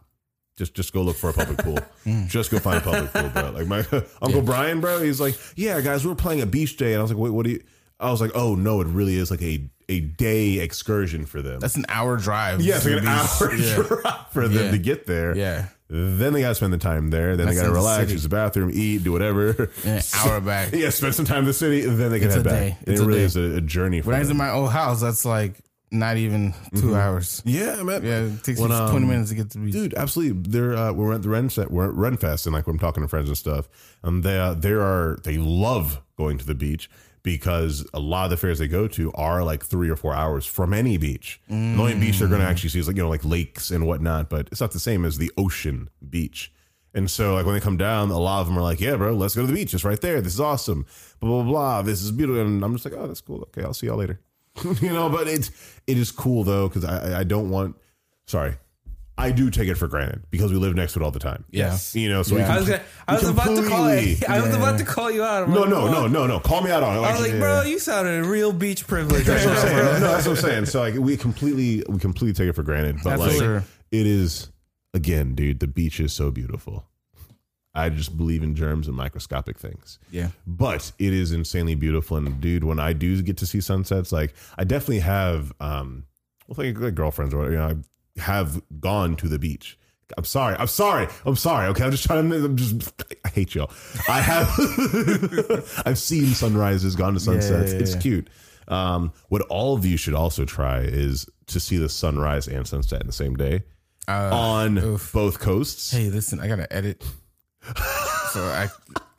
Just just go look for a public pool.
Hmm.
just go find a public pool, bro. Like my Uncle Brian, bro, he's like, "Yeah, guys, we're playing a beach day." And I was like, "Wait, what do you I was like, "Oh, no, it really is like a a day excursion for them."
That's an hour drive.
Yeah, it's like an
to the beach.
hour
Yeah.
drive for them
Yeah.
to get there.
Yeah.
Then they gotta spend the time there. Then
That's
they gotta
in the
relax,
city.
use the bathroom, eat, do whatever.
An hour back.
yeah, spend some time in the city. and Then they can
It's
head
a
back.
day.
It
It's a
really
day.
is a, a journey for
When I was in
them.
my old house, that's like not even 2 hours.
yeah, man.
Yeah, it takes
Mm-hmm. When,
you 20
um,
minutes to get to the beach.
Dude, absolutely. They're uh, we're at the Ren set, we're at Ren Fest, and like when I'm talking to friends and stuff, and they uh, they are they love going to the beach because a lot of the fairs they go to are like three or four hours from any beach. The only beach they're going to actually see is like you know like lakes and whatnot, but it's not the same as the ocean beach. And so like when they come down, a lot of them are like, "Yeah, bro, let's go to the beach. It's right there. This is awesome. Blah blah blah. This is beautiful." And I'm just like, "Oh, that's cool. Okay, I'll see y'all later." you know, but it's it is cool though because I I- I don't want sorry. I do take it for granted because we live next to it all the time.
Yes.
You know, so
Yeah.
I
we
was,
can,
gonna, I was about to call it. I was
Yeah.
about to call you out. I'm
no,
like,
no,
oh.
no, no, no. Call me out on it.
I was like, bro, you sounded real beach privilege right
that's what
now,
I'm saying.
bro.
No, that's what I'm saying. So like we completely we completely take it for granted. But
Absolutely.
Sure.
like it is again, dude, the beach is so beautiful. I just believe in germs and microscopic things.
Yeah.
But it is insanely beautiful. And dude, when I do get to see sunsets, like I definitely have um well like, like girlfriends or whatever, you know, I have gone to the beach. I'm sorry. I'm sorry. I'm sorry. Okay, I'm just trying to. I'm just. I hate y'all. I have. I've seen sunrises, gone to sunsets.
yeah,
It's
yeah.
cute. Um, what all of you should also try is to see the sunrise and sunset in the same day on both coasts.
Hey, listen, I gotta edit, so I,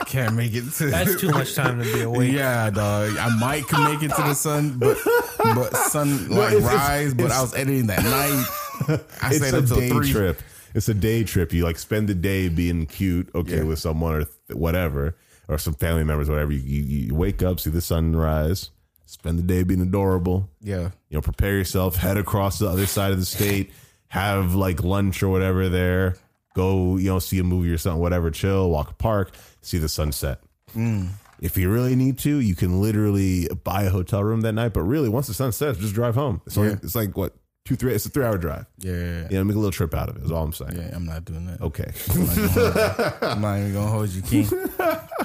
I can't make it to.
That's too much time to be awake.
yeah, dog. I might could make it to the sun, but but sun like
it's- it's-
rise. but I was editing that night. I
it's
stayed
a
up till
day
three.
trip. It's a day trip. You like spend the day being cute, okay, with someone or th- whatever, or some family members, whatever. You, you you wake up, see the sunrise, spend the day being adorable.
Yeah,
You know, prepare yourself, head across the other side of the state, have like lunch or whatever there. Go, you know, see a movie or something, whatever. Chill, walk a park, see the sunset.
Mm.
If you really need to, you can literally buy a hotel room that night. But really, once the sun sets, just drive home. It's, only,
Yeah.
it's like what two, three. It's a three-hour drive.
yeah, yeah.
Yeah, make a little trip out of it. Is all I'm saying.
yeah, I'm not doing that.
Okay.
I'm not even gonna hold you, King.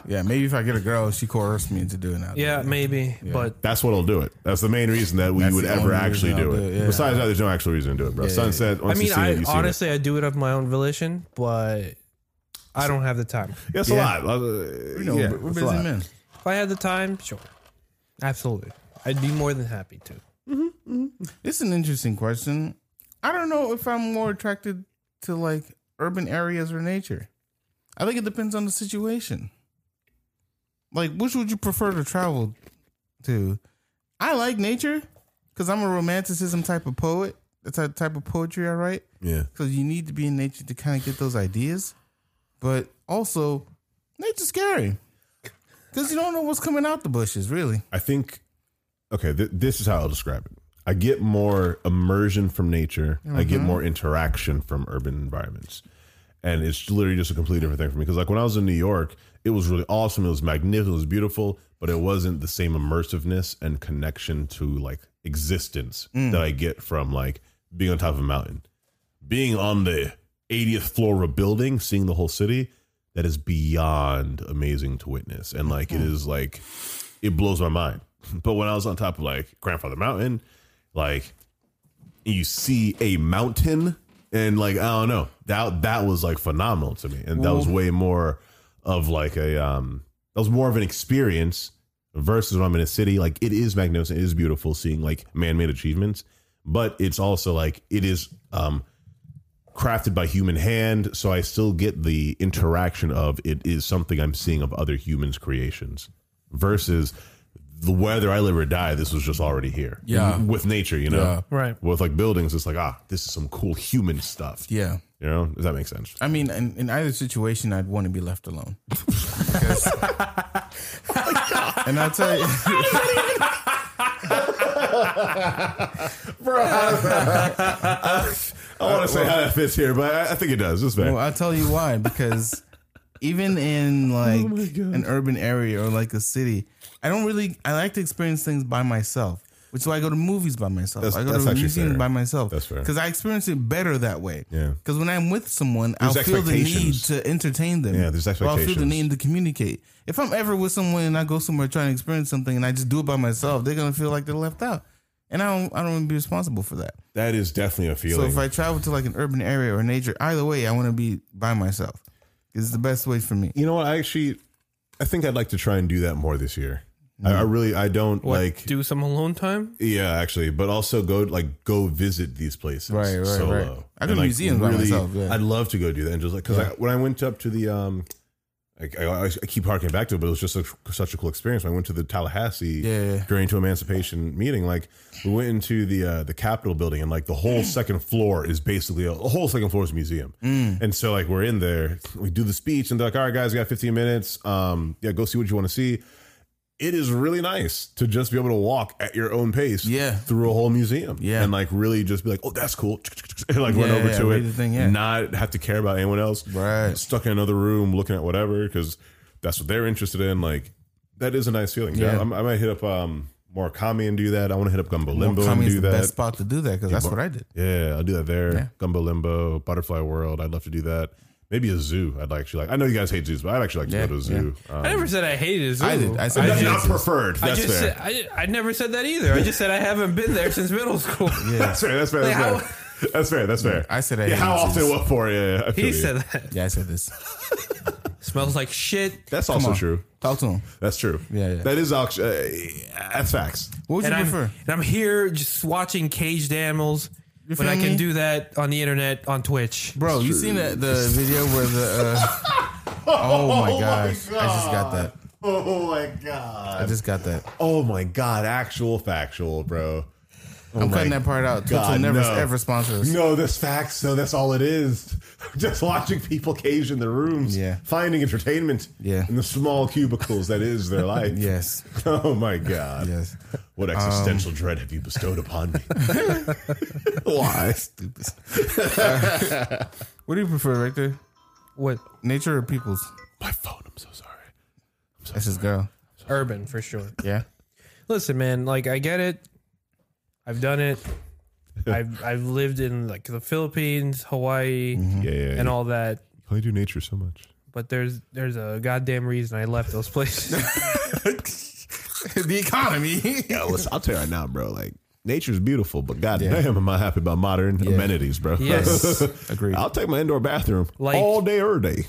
yeah, maybe if I get a girl, she coerced me into doing that.
Yeah, maybe, but
That's what'll do it. That's the main reason that we
That's
would
the
ever
only
actually
reason
do
I'll
it.
do it, yeah.
Besides that, there's no actual reason to do it, bro. Sunset.
I
Once
mean,
you see
I
it, you see it.
honestly I do it of my own volition, but I don't have the time.
Yeah, it's
Yeah.
a lot. Uh,
you know,
yeah,
we're
it's a
busy
lot.
men.
If I had the time, sure, absolutely, I'd be more than happy to.
It's an interesting question. I don't know if I'm more attracted to like urban areas or nature. I think it depends on the situation. Like, which would you prefer to travel to? I like nature because I'm a romanticism type of poet. That's the type of poetry I write
Yeah.
because you need to be in nature to kind of get those ideas. But also, nature's scary because you don't know what's coming out the bushes, really.
I think, okay, th- this is how I'll describe it. I get more immersion from nature. I get more interaction from urban environments. And it's literally just a completely different thing for me. Because, like, when I was in New York, it was really awesome. It was magnificent. It was beautiful, but it wasn't the same immersiveness and connection to like existence that I get from like being on top of a mountain. Being on the 80th floor of a building, seeing the whole city, that is beyond amazing to witness. And, like, it is like, it blows my mind. But when I was on top of like Grandfather Mountain, like you see a mountain and like I don't know that that was like phenomenal to me, and that was way more of like a um that was more of an experience versus when I'm in a city. Like it is magnificent, it is beautiful seeing like man made achievements, but it's also like it is um crafted by human hand, so I still get the interaction of it is something I'm seeing of other humans' creations versus the whether I live or die, this was just already here.
Yeah.
With nature, you know?
Yeah.
Right.
With like buildings, it's like, ah, this is some cool human stuff.
Yeah.
You know? Does that make sense?
I mean, in, in either situation, I'd want to be left alone. Because- and I'll tell you,
I want to say how that fits here, but I, I think it does. It's fair.
well, I'll tell you why. Because even in like
Oh my God.
an urban area or like a city, I don't really. I like to experience things by myself, which is why I go to movies by myself.
That's-
I go
that's
to
actually
museums
fair.
by myself.
That's fair.
Because I experience it better that way.
Yeah.
Because when I'm with someone, I'll feel the need
expectations.
to entertain them.
Yeah, there's
Or I'll feel the
expectations.
need to communicate. If I'm ever with someone and I go somewhere trying to experience something and I just do it by myself, they're gonna feel like they're left out, and I don't. I don't want to be responsible for that.
that is definitely a
So
feeling.
if I travel to like an urban area or nature, either way, I want to be by myself. It's the best way for me.
you know what? I actually, I think I'd like to try and do that more this year. I, I really, I don't
What,
like.
do some alone time.
Yeah, actually, but also go like go visit these places.
Right, right,
solo.
right. I go
And,
to
like,
museums by myself, yeah.
I'd love to go do that and just like because I, when I went up to the um, I, I, I keep harking back to it, but it was just such, such a cool experience. When I went to the Tallahassee
Yeah.
during to Emancipation meeting. Like we went into the uh, the Capitol building and like the whole second floor is basically a, the whole second floor is a museum.
Mm.
And so like we're in there, we do the speech, and they're like, "All right, guys, we got 15 minutes. Um, yeah, go see what you want to see." it is really nice to just be able to walk at your own pace
Yeah.
through a whole museum
Yeah.
and like really just be like oh that's cool and like run
Yeah,
over
yeah,
to
read
it
the thing, yeah.
not have to care about anyone else
Right.
stuck in another room looking at whatever because that's what they're interested in like that is a nice feeling yeah,
Yeah.
I'm- i might hit up um Murakami and do that I want to hit up Gumbo Limbo
Murakami
and
is
do
the
that
best spot to do that because that's what I did.
yeah I'll do that there
Yeah.
Gumbo Limbo Butterfly World I'd love to do that maybe a zoo I'd actually like I know you guys hate zoos but I'd actually like to
Yeah,
go to a zoo um,
I never said I hated zoo.
I did. I said
that's
I
not
did.
preferred
I
that's
just
fair
said, I, I never said that either. I just said I haven't been there since middle school.
That's fair. That's fair. That's,
Like,
fair. that's fair. That's fair.
I said I
Yeah,
hated
how often?
zoos.
What for? Yeah, yeah, I feel
He
you.
said that.
Yeah, I said this.
Smells like shit.
That's also
on.
true.
Talk to him.
That's true.
Yeah, yeah.
That is actually uh, that's facts.
What would
and
you
I'm,
prefer?
and I'm here just watching caged animals when
feel
I can
me?
do that on the internet on Twitch.
Bro, you seen the, the video where the uh, oh my gosh, I just got that.
Oh
I
my god.
just got that.
Oh my god. Actual factual, bro. Oh
I'm
my
cutting that part out. Total
God,
never
no.
ever sponsors.
No, that's facts. No, that's all it is. Just watching people cage in their rooms.
Yeah.
Finding entertainment.
Yeah.
In the small cubicles that is their life.
Yes, Um,
Oh my god.
yes.
What existential dread have you bestowed upon me? Why?
Stupid. what do you prefer, Victor?
What?
Nature or peoples?
My phone. I'm so sorry.
That's his girl.
Urban for sure.
Yeah.
Listen, man, like I get it. I've done it. I've I've lived in like the Philippines, Hawaii,
Yeah, yeah.
and all that.
I do nature so much.
But there's there's a goddamn reason I left those places.
the economy.
Yeah, listen, I'll tell you right now, bro. Like nature's beautiful, but goddamn, am I happy about modern amenities, bro?
Yes.
Agreed.
I'll take my indoor bathroom
Like-
all day, every day.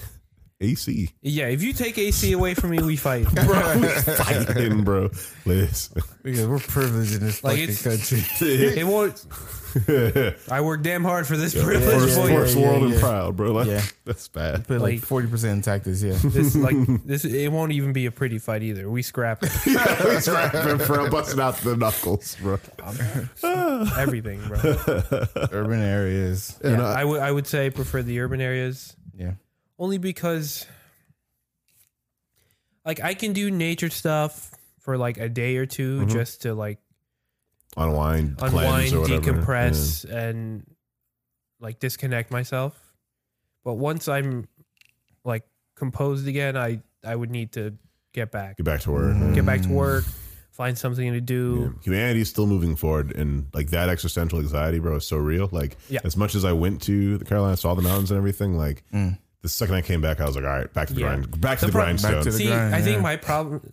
AC,
yeah, if you take AC away from me, we fight.
bro, we fighting, bro. Listen,
Because we're privileged in this
Like
fucking
it's-
country.
It won't. I work damn hard for this privilege.
first,
boy.
first
yeah,
world and
yeah.
proud, bro. Like,
Yeah.
that's bad.
Put like
Like-
forty percent in taxes. Yeah.
This like this. It won't even be a pretty fight either. We scrap
He's rapping, bro, busting out the knuckles, bro.
everything, bro.
Urban areas.
Yeah, I would I would say I prefer the urban areas
Yeah.
only because like I can do nature stuff for like a day or 2 just to like
Unwind,
unwind,
cleanse, or whatever.
decompress and like disconnect myself. But once I'm like composed again, I I would need to get back.
Get back to work.
Mm-hmm. Get back to work, find something to do.
Yeah. Humanity is still moving forward, and like that existential anxiety, bro, is so real. Like,
Yeah.
as much as I went to the Carolina, saw the mountains and everything, like
Mm,
the second I came back, I was like, all right, back to the
Yeah.
grind, back to the,
The pro-
grindstone.
back to the-
See,
grind,
I
yeah.
think my problem,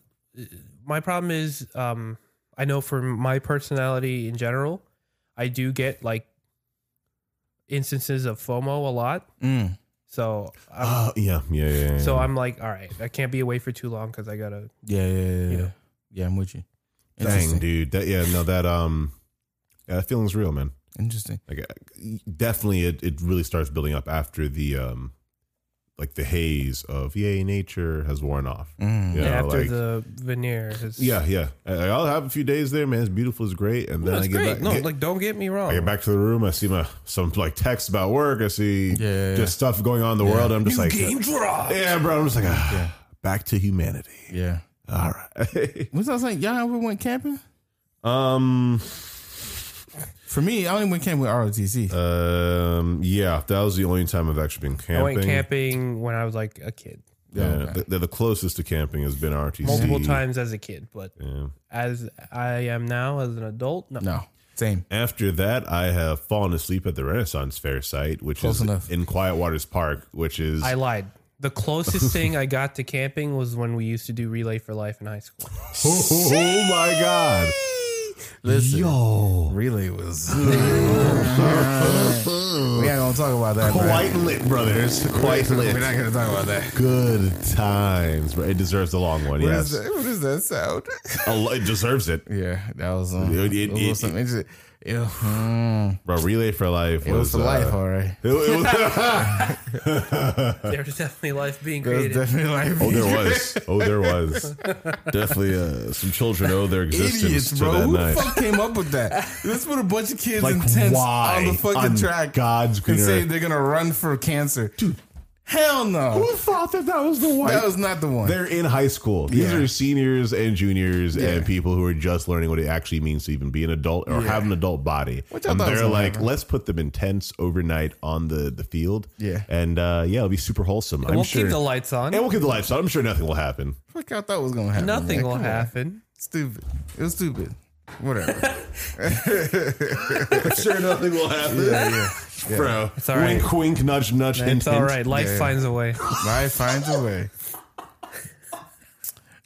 my problem is, um, I know for my personality in general, I do get like instances of FOMO a lot.
Mm.
So, I'm,
Oh, yeah, yeah, yeah. yeah.
so I'm like, all right, I can't be away for too long because I gotta.
Yeah. Yeah. Yeah. Yeah.
Yeah.
Yeah, I'm with you.
dang, dude, that yeah, no, that um, yeah, that feeling's real, man.
Interesting.
Like uh, definitely, it, it really starts building up after the um, like the haze of yay nature has worn off.
Mm.
You know,
after
like-
the veneer. It's,
yeah, yeah. I, I'll have a few days there, man. It's beautiful, it's great, and then
no,
I
it's
get
great.
back.
no,
get-
like oh. don't get me
I
wrong.
get back to the room. I see my some like texts about work. I see
Yeah, yeah,
just stuff going on in the world. I'm just like,
drop.
yeah, bro. I'm just like, ah, back to humanity.
Yeah.
All right.
What's I was like, y'all ever went camping?
um.
For me, I only went camping with ROTC.
Uh, Um. Yeah, that was the only time I've actually been
I
camping.
went camping when I was like a kid,
Yeah,
Okay.
the, the closest to camping has been RTC.
multiple times as a kid, but
Yeah.
as I am now as an adult, no.
no, same.
After that, I have fallen asleep at the Renaissance Fair site, which
Close
is
enough.
in Quiet Waters Park, which is
I lied. The closest thing I got to camping was when we used to do Relay for Life in high school.
oh, oh my god.
Listen,
Yo.
really was. we ain't gonna talk about that. bro.
Hmm. Quite lit, brothers. Quite
We're not
lit.
gonna talk about that.
Good times, bro. It deserves a long one.
What
yes,
is that? What is that sound?
A lo- it deserves it,
yeah, that was um,
It- it-
it was
it-
some interesting. Yeah, mm,
bro. Relay for life
it was for
uh,
life, all right.
it- it was-
There's definitely life being
It was
created.
definitely life.
oh, there was. Oh, there was. Definitely, uh, some children owe their existence
Idiots,
to
bro.
that
Who the
night.
fuck came up with that? Let's put a bunch of kids in tents on the fucking
on
track
God's
and
green
say
earth.
they're gonna run for cancer. Dude, hell no.
Who thought that that was the one?
That was not the one.
They're in high school. These
Yeah.
are seniors and juniors
Yeah.
and people who are just learning what it actually means to even be an adult or have an adult body.
Which I
and
thought was
they're
gonna
like,
happen.
let's put them in tents overnight on the, the field.
Yeah.
And uh, yeah, it'll be super wholesome. I'm
we'll
sure.
keep the lights on.
and we'll keep the lights on. I'm sure nothing will happen.
Fuck, I thought was gonna happen.
Nothing
Yeah,
will
come on.
happen.
Stupid. It was stupid. Whatever.
I'm sure nothing will happen. Bro.
It's all right.
Wink, wink, nudge, nudge, hint,
It's all
hint.
right. Life
Yeah.
finds a way.
Life finds a way.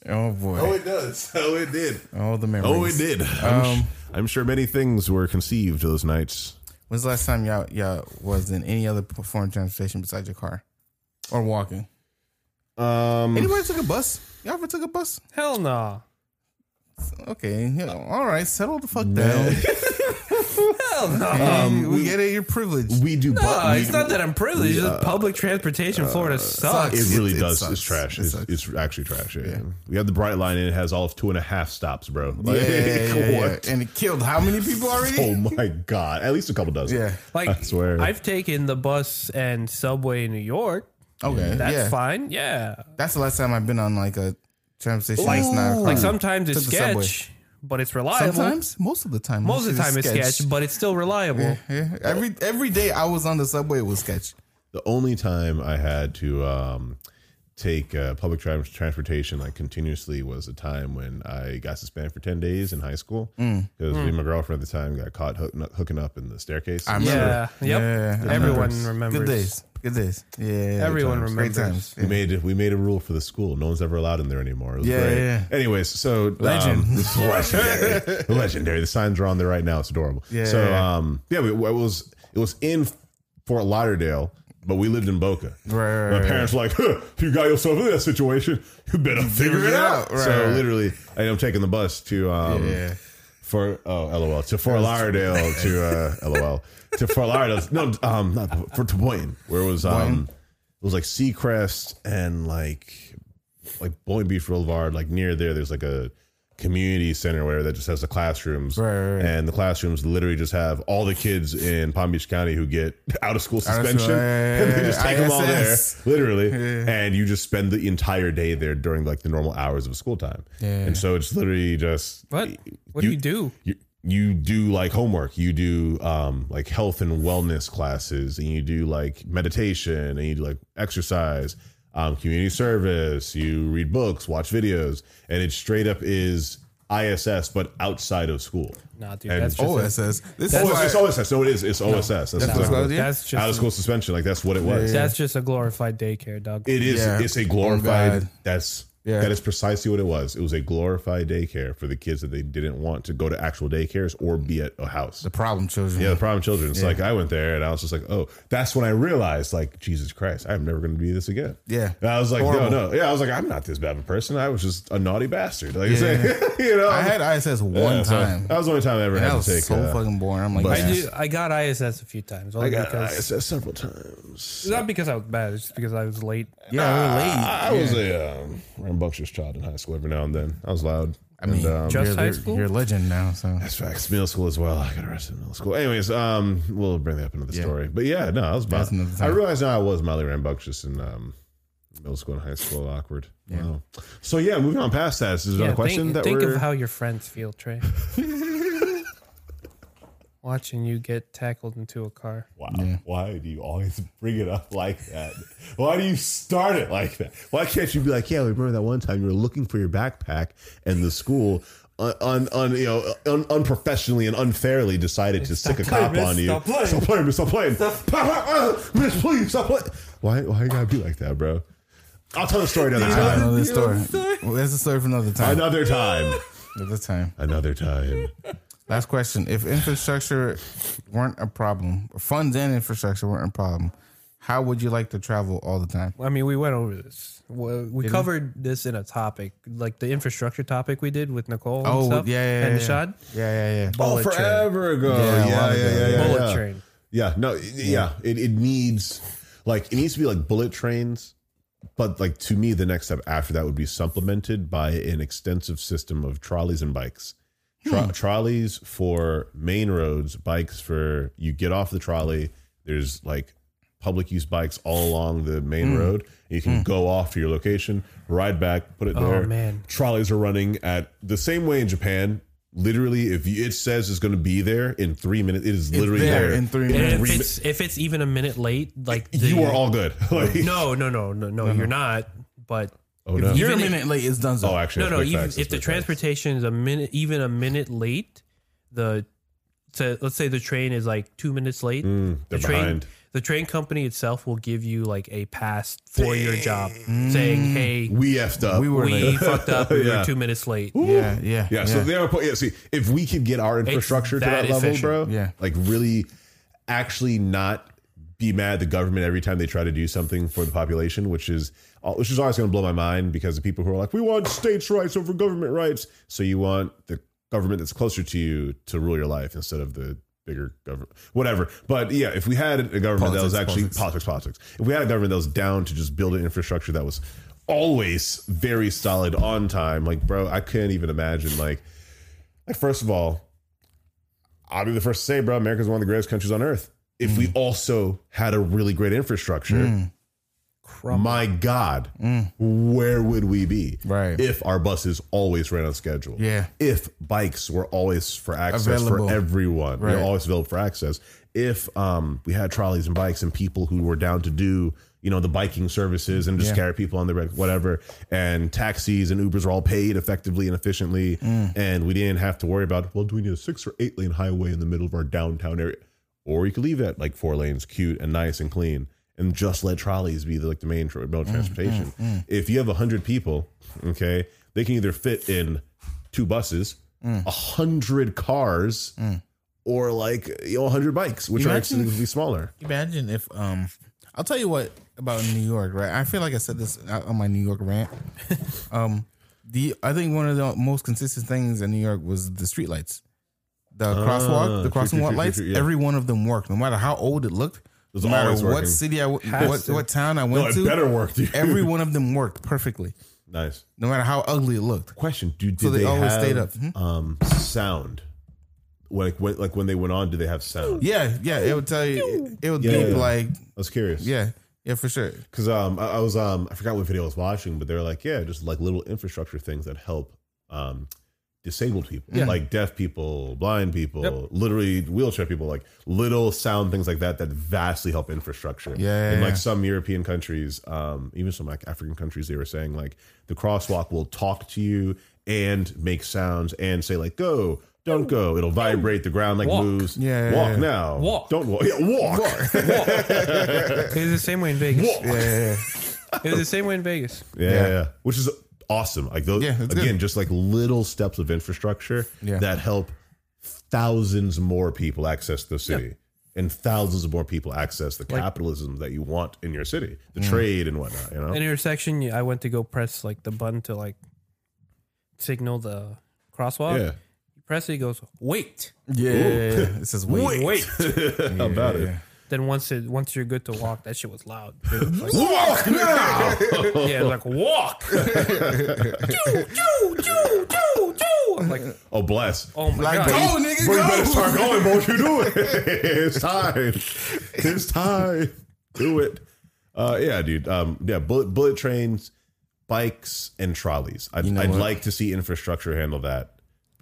Oh boy.
it does. Oh, it did.
All the memories.
Oh, it did. I'm,
Um,
sh- I'm sure many things were conceived those nights.
When's the last time y'all y'all was in any other form of transportation besides your car? Or walking?
Um,
Anybody took a bus? Y'all ever took a bus?
Hell no.
Okay. yeah, All right. Settle the fuck down.
Hell no.
Um, we get it. You're privileged.
we do. bu-
No,
we-
it's not that I'm privileged. it's just public transportation in
Uh,
Florida sucks.
It really
It- it
does. It's
sucks.
trash.
It
It's,
sucks.
it's actually trash. Yeah. We have the bright line, and it has all of two and a half stops, bro.
Yeah,
Like,
yeah, yeah, yeah.
what?
And it killed how many people already?
Oh my god! At least a couple dozen.
Yeah.
like
I swear.
I've taken the bus and subway in New York.
Okay.
That's
yeah.
fine. Yeah.
That's the last time I've been on like a transportation. Like,
Like sometimes
Hmm.
it's
Took the subway.
sketch, but it's reliable.
Sometimes, most of the time,
Most of the time it's sketch,
sketch.
but it's still reliable.
Yeah, every every day I was on the subway it was sketch.
The only time I had to um, take uh, public tra- transportation like continuously was a time when I got suspended for ten days in high school
Mm.
because
Mm.
me and my girlfriend at the time got caught hooking up, hooking up in the staircase.
I remember.
Yeah. Yep.
Yeah, I
Everyone
remember.
remembers.
Good days. Good days. Yeah.
Everyone
Great times.
remembers.
We made it. We made a rule for the school. No one's ever allowed in there anymore. It was
Yeah,
great.
yeah,
Anyways, so um,
Legend.
this is legendary. legendary. The signs are on there right now. It's adorable.
Yeah.
So um, yeah, we, it was it was in Fort Lauderdale, but we lived in Boca.
Right, right,
My
right,
parents were like, huh, if you got yourself in that situation, you better figure, it out.
Right,
so
right.
literally, I am taking the bus to um,
Yeah.
for oh lol to Fort Lauderdale to uh lol to Fort Lauderdale no um not for to Boynton where it was um it was like Seacrest and like like Boynton Beach Boulevard like near there there's like a community center where that just has the classrooms
Right, right, right.
and the classrooms literally just have all the kids in Palm Beach County who get out of school
of school,
suspension
yeah, yeah,
and they
yeah,
just take them all there
ISS.
literally and you just spend the entire day there during like the normal hours of school time
Yeah.
and so it's literally just
What? What do you do?
you, you do like homework you do um like health and wellness classes and you do like meditation and you do like exercise um community service you read books watch videos and it straight up is ISS but outside of school
Nah, dude,
And-
that's just a-
OSS. This
oh
is
it's,
why,
it's OSS no it is it's OSS that's
what's
exactly
called,
what it is.
yeah.
that's just
out of school suspension like that's what it was
that's just a glorified daycare, dog.
it is
Yeah. Oh,
it's a glorified
God.
that's
Yeah.
That is precisely what it was. It was a glorified daycare for the kids that they didn't want to go to actual daycares or be at a house.
the problem children.
Yeah, the problem children. It's like I went there and I was just like, oh, that's when I realized, like, Jesus Christ, I'm never going to be this again.
Yeah.
And I was like,
Horrible.
no, no. Yeah, I was like, I'm not this bad of a person. I was just a naughty bastard. Like, you say, you know,
I had ISS one
Yeah, so
time.
that was the only time I ever
that
had
was
to take.
so
uh,
fucking boring. I'm like,
bus.
I
yeah.
do. I got ISS a few times. Only
I got
because,
ISS several times.
Not because I was bad. It's just because I was late.
yeah, we're late.
I, I
yeah.
was a um, rambunctious child in high school. Every now and then, I was loud. I
mean,
um,
Just
you're,
high
you're-
school?
You're a legend now, so
That's facts. Middle school as well. I got arrested in middle school. Anyways, um, we'll bring that up another
Yeah.
story. But yeah, no, I was about.
That's another
I
time.
realized now I was mildly rambunctious in um, middle school and high school. Awkward. Wow. So yeah, moving on past that. Is there another
Yeah,
question
think,
that
think
we're?
of how your friends feel, Trey. Watching you get tackled into a car.
wow. Why do you always bring it up like that? Why do you start it like that? Why can't you be like, yeah, we remember that one time you were looking for your backpack and the school. Un, un, un- you know, un, unprofessionally and unfairly decided to stick a cop
miss.
on you.
Stop playing.
Stop playing, miss. Stop playing. Pa- pa- ah, miss, please stop playing. Why, why you gotta be like that, bro? I'll tell the story another
I don't
time.
know this story. Well, that's a story for another time.
Another time.
Another time.
Another time.
Last question: If infrastructure weren't a problem, funds and infrastructure weren't a problem, how would you like to travel all the time?
I mean, we went over this. Well, We covered this in a topic, like the infrastructure topic we did with Nicole. and
Oh,
stuff,
yeah, yeah,
and
yeah.
Shad.
Yeah, yeah, yeah.
Bullet
oh,
train.
forever ago. Yeah,
Yeah, a
yeah,
while
yeah,
ago.
yeah, yeah.
Bullet train.
Yeah, no, it- yeah. It, it needs like it needs to be like bullet trains, but like to me, the next step after that would be supplemented by an extensive system of trolleys and bikes. Tro- Trolleys for main roads, bikes for you get off the trolley. There's like public use bikes all along the main road. You can go off to your location, ride back, put it
Oh,
there.
man.
Trolleys are running at the same way in Japan. Literally, if you, it says it's going to be there in three minutes, it is literally
there
there
in three
in
minutes.
And
three
if it's if it's even a minute late, like the,
you are all good. Like,
No, no, no, no, no. You're not. But
Oh, no.
You're a
Even if-
minute late. It's done.
oh,
no,
actually,
no.
that's big
Even
facts,
if the
that's big facts.
transportation is a minute, even a minute late, the so let's say the train is like two minutes late. the
Mm, they're
train,
behind.
the train company itself will give you like a pass for your job, saying, "Hey,
we effed up.
We were
Mm. we
late.
fucked up. We
Yeah.
were two minutes late."
Yeah, yeah,
yeah, So they are. po- Yeah, see, if we could get our infrastructure to that,
that
level,
efficient.
bro,
Yeah.
like really, actually not be mad at the government every time they try to do something for the population, which is which is always going to blow my mind because the people who are like, we want states' rights over government rights, so you want the government that's closer to you to rule your life instead of the bigger government, whatever. But yeah, if we had a government that was
Politics,
actually
politics.
politics, politics. If we had a government that was down to just building infrastructure that was always very solid on time, like bro, I can't even imagine. Like, like first of all, I'll be the first to say, bro, America's one of the greatest countries on earth. If
Mm.
we also had a really great infrastructure, my God, where would we be?
Mm. Right.
If our buses always ran on schedule.
Yeah.
If bikes were always for access
Available.
for everyone. They're
Right.
always available for access. If um, we had trolleys and bikes and people who were down to do, you know, the biking services and just carry people on the red, whatever, and taxis and Ubers were all paid effectively and efficiently, and we didn't have to worry about, well, do we need a six or eight lane highway in the middle of our downtown area? Or you could leave that like four lanes cute and nice and clean and just let trolleys be the, like the main tr- mode of transportation. If you have 100 people, okay, they can either fit in two buses, a 100 cars, or like you know, 100 bikes, which are
Imagine-
actually smaller.
Imagine if um, I'll tell you what about New York, right? I feel like I said this out on my New York rant. um, the I think one of the most consistent things in New York was the streetlights, the crosswalk, the
Ah, true, true,
crossing
true,
walk lights.
true, yeah.
Every one of them worked, no matter how old it looked,
was
no matter
always
what
working.
city I w- what,
to.
what town I
No,
went
it
to.
better work, dude.
Every one of them worked perfectly,
nice.
no matter how ugly it looked.
Question, dude, did
So
they,
they always
have,
stayed up. Mhm.
um, sound? Like when, like when they went on, did they have sound?
Yeah, yeah, it would tell you. It, it would
Yeah,
beep
yeah.
like,
I was curious.
yeah, yeah, for sure.
Cause um I, I was um I forgot what video I was watching, but they were like, yeah, just like little infrastructure things that help um disabled people, like deaf people, blind people, literally wheelchair people, like little sound things like that that vastly help infrastructure.
Yeah,
In
yeah,
like
yeah.
some European countries, um, even some like African countries, they were saying like the crosswalk will talk to you and make sounds and say like go. Don't go. It'll vibrate. The ground like
Walk.
moves.
Yeah, yeah,
Walk
yeah.
now.
Walk.
Don't walk. Yeah, walk.
It was the same way in Vegas.
Walk.
Yeah, yeah, yeah.
It was the same way in Vegas.
Yeah, yeah. Which is awesome. Like those
Yeah, it's good.
again, just like little steps of infrastructure
Yeah.
that help thousands more people access the city. And thousands of more people access the capitalism that you want in your city, the trade and whatnot. You know,
An intersection, yeah, I went to go press like the button to like signal the
uh,
crosswalk.
yeah.
You press it, it goes wait.
Yeah, it says wait.
Wait.
How about it?
Then once it once you're good to walk, that shit was loud.
Walk now.
yeah, like walk. Choo, choo, choo, choo, choo. I'm like,
Oh, bless.
oh my
Like,
god.
go, nigga,
Bro, you better
go.
start going, bro. You do it. it's time. It's time. Do it. Uh, yeah, dude. Um, yeah, bullet bullet trains, bikes, and trolleys. I'd,
know
I'd
what?
like to see infrastructure handle that,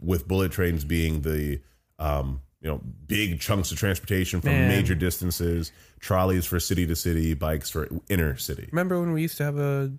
with bullet trains being the um, you know big chunks of transportation from
Man.
major distances, trolleys for city to city, bikes for inner city.
Remember when we used to have a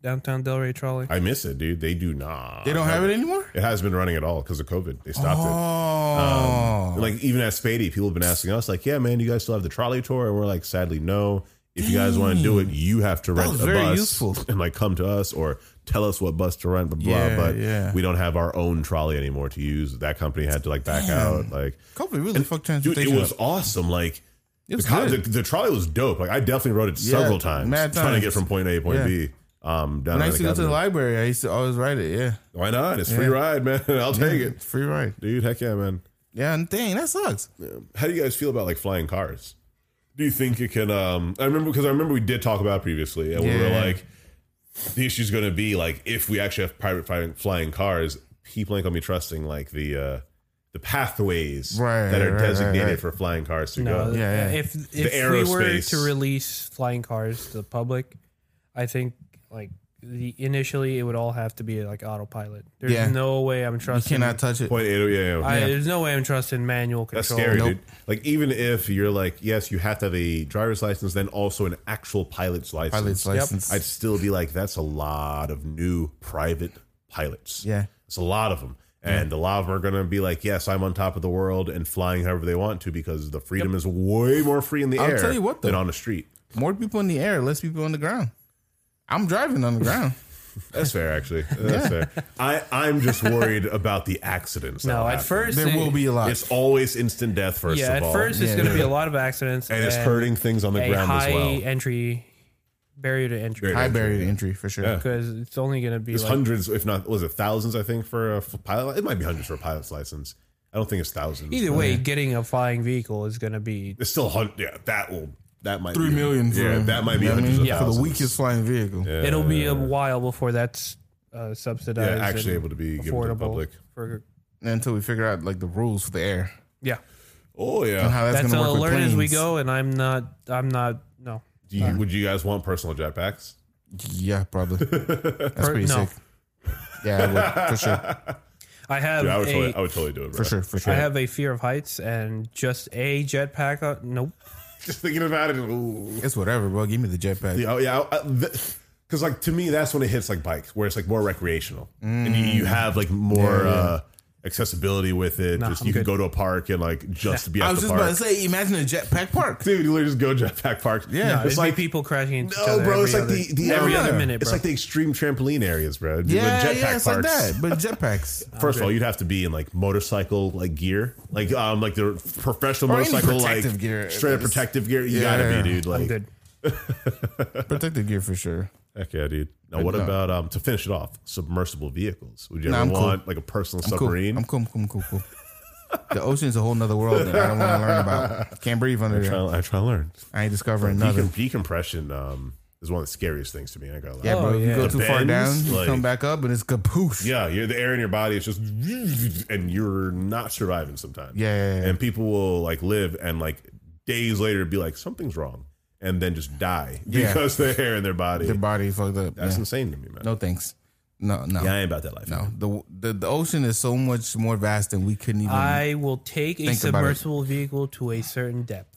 downtown Delray trolley?
I miss it, dude. They do not.
They don't have it anymore.
It hasn't been running at all because of COVID. They stopped it.
Oh,
And, like even at Spady, people have been asking us, like, "Yeah, man, you guys still have the trolley tour?" And we're like, "Sadly, no. If you guys want to do it, you have to rent
was
a
very
bus
useful.
and like come to us or tell us what bus to rent." Blah blah.
Yeah,
but
yeah.
we don't have our own trolley anymore to use. That company had to like back out. Like,
COVID really fucked
dude,
transportation.
it was
up.
awesome. Like.
It was
the, co-
good.
the, the trolley was dope. Like I definitely rode it
Yeah,
several times,
mad
trying to
times.
get from point A to point
Yeah.
B. Um, down
When I
in
used to go to the
cabinet.
library, I used to always write it. Yeah,
Why not? It's free
Yeah.
ride, man. I'll take it,
It's free ride.
dude. Heck yeah, man.
Yeah, and dang, that sucks.
how do you guys feel about like flying cars? Do you think it can? Um, I remember because I remember we did talk about it previously, and we were
Yeah.
like, the issue's going to be like if we actually have private flying, flying cars, people ain't going to be trusting like the uh, the pathways
Right,
that are
right, right,
designated
right.
for flying cars to
No,
go.
Yeah, yeah.
if if we were
aerospace.
to release flying cars to the public, I think like the initially it would all have to be like autopilot. There's
Yeah.
no way I'm
You
trusting.
cannot touch it.
Point eight, oh yeah, yeah.
I, There's no way I'm trusting manual control.
That's scary,
Nope.
dude. Like even if you're like, yes, you have to have a driver's license, then also an actual pilot's license.
Pilot's license.
I'd still be like, that's a lot of new private pilots.
Yeah.
It's a lot of them. And a lot of them are going to be like, yes, I'm on top of the world and flying however they want to because the freedom is way more free in the
I'll
air
tell you what,
than
though.
on the street.
More people in the air, less people on the ground. I'm driving on the ground.
That's fair, actually. That's fair. I, I'm just worried about the accidents.
No,
that'll
at
happen.
first
There
it-
will be a lot.
It's always instant death, first
yeah.
of all.
At first, it's
Yeah.
going to be a lot of accidents,
and it's hurting things on the
a
ground
high
as well.
entry barrier to entry
High barrier to entry for sure.
because it's only going to be
It's
like
hundreds, if not, was it thousands? I think for a f- pilot, it might be hundreds for a pilot's license. I don't think it's thousands.
either way, getting a flying vehicle is going to be
it's still hundred. Yeah, that will that might
Three
be,
million. For,
Yeah, that might be
you know what I
hundreds
mean?
of
for
thousands.
the weakest flying vehicle.
it'll be a while before that's uh, subsidized.
Yeah, actually
and
able to be given to the
affordable
public.
For,
Until we figure out like the rules for the air
yeah,
Oh
and
yeah.
how that's,
that's
going to
all
work. with
alert as we
planes.
go, and I'm not. I'm not. No,
Do you, would you guys want personal jetpacks?
Yeah, probably. That's pretty
no.
sick. Yeah, I would, for sure,
I have
Dude, I would,
a-
totally, I would totally do it. Bro.
for sure, for sure.
I have a fear of heights, and just a jetpack. Uh, nope.
Just thinking about it. ooh.
it's whatever, bro. Give me the jetpack.
Yeah, oh, yeah. Because like to me, that's when it hits like bikes, where it's like more recreational, and you,
Mm.
you have like more uh, accessibility with it.
Nah,
just
I'm
you can
good.
go to a park and like just be. At
I was
the
just
park.
about to say, imagine a jetpack park.
Dude, you literally just go jetpack parks.
Yeah. No,
It's like people crashing into each
No,
other.
Oh, bro, it's like
every
the, the
other- every
um,
other minute, bro.
It's like the extreme trampoline areas, bro. Dude,
Yeah,
with
yeah, it's like
parks.
that, but jetpacks.
First of all, you'd have to be in like motorcycle like gear, like um like the professional
Or any
motorcycle like
protective gear.
straight up
It's-
protective gear. You
Yeah.
gotta be, dude. Like,
I'm good.
Protective gear for sure.
heck yeah, dude. Now, what
no.
about um to finish it off? Submersible vehicles. Would you
Nah,
ever
I'm cool.
want like a personal
I'm cool.
submarine?
I'm cool. I'm cool. I'm cool. cool. the ocean's a whole nother world that I don't want to learn about. Can't breathe under there.
I try to learn.
I ain't discovering
Decom-
nothing.
decompression um is one of the scariest things to me. I gotta lie.
Yeah,
Oh,
bro. You
yeah.
go
The
too far down,
bends,
you
like-
come back up, and it's kapoof.
Yeah, you're the air in your body is just and you're not surviving sometimes.
Yeah, yeah, yeah.
And people will like live and like days later be like, something's wrong. And then just die
Yeah.
because the hair in their body.
Their body fucked up.
That's
Yeah.
insane to me, man.
No thanks. No, no,
Yeah, I ain't about that life.
no. The, the the ocean is so much more vast than we couldn't
Hmm.
even.
I will take a
Think about it.
submersible vehicle to a certain depth.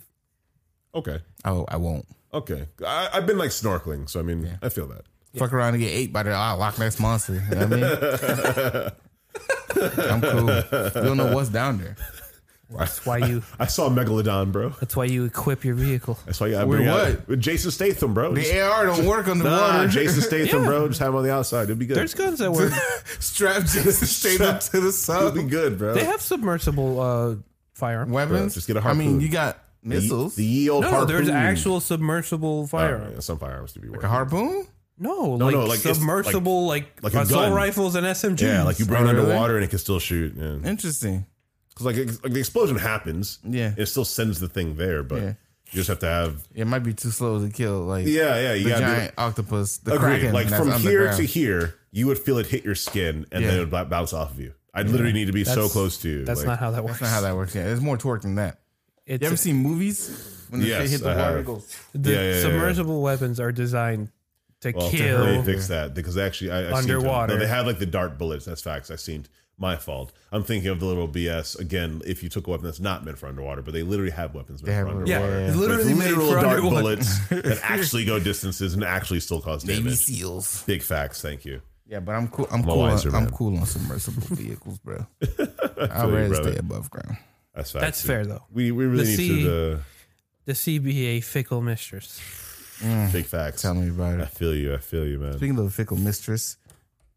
Okay.
oh, I won't.
Okay. I, I've been like snorkeling, so I mean, I feel that.
Fuck around and get ate by the ah, Loch Ness monster. You know what I mean? I'm cool. We don't know what's down there.
That's why you.
I saw Megalodon, bro.
That's why you equip your vehicle.
That's why you gotta
Wait,
bring out
what?
with Jason Statham, bro. Just-
The AR don't work on the
Nah,
water.
Jason Statham, bro. Just have him on the outside. It'll be good.
There's guns that work.
Strap Jason straight up to the
It'll
sub.
be good, bro.
they have submersible uh, firearms.
Weapons.
just get a
I mean,
harpoon.
you got
The-
missiles.
The ye old
No,
harpoon.
there's actual submersible
Oh,
firearms.
yeah, some firearms to be working.
a harpoon?
No,
No,
like,
no, like, it's-
submersible, like,
like a
assault
gun.
rifles and SMGs.
Yeah, like you bring it
Oh, really?
underwater and it can still shoot. Yeah.
Interesting.
Because like, ex- like the explosion happens,
Yeah.
it still sends the thing there, but
Yeah.
you just have to have
It might be too slow to kill. Like
yeah, yeah, you
the
gotta
giant octopus, the
be, agree.
kraken.
like
that's
from here to
underground.
here, you would feel it hit your skin and then
Yeah.
it would b- bounce off of you. I'd literally need to be so
That's-
close to you.
That's
like,
not how that works.
That's not how that works. Yeah, it's more torque than that.
It's
You ever
a-
seen movies when the
Yes,
shit hit the
I
water?
have.
It goes.
the
Yeah, yeah, yeah,
submersible weapons are designed to
well, they
kill.
fixed that because actually I, I seemed to-
Underwater.
no, they had like the dart bullets. That's facts. I seemed my fault. I'm thinking of the little BS again. If you took a weapon that's not meant for underwater, but they literally have weapons meant
They have
for underwater.
Yeah,
Water.
it's literally
Like,
made
literal
for
dart
underwater.
bullets that actually go distances and actually still cause damage.
Navy SEAls.
Big facts. Thank you.
Yeah, but I'm cool. I'm cool.
wiser
on, I'm
man.
cool on submersible vehicles, bro.
feel
I'd
you,
rather
brother.
stay above ground.
That's facts.
That's fair though.
We we really
The
need
sea-
to
The CBA fickle mistress.
uh, big facts.
Tell me about
I
it.
feel you. I feel you, man.
Speaking of fickle mistress,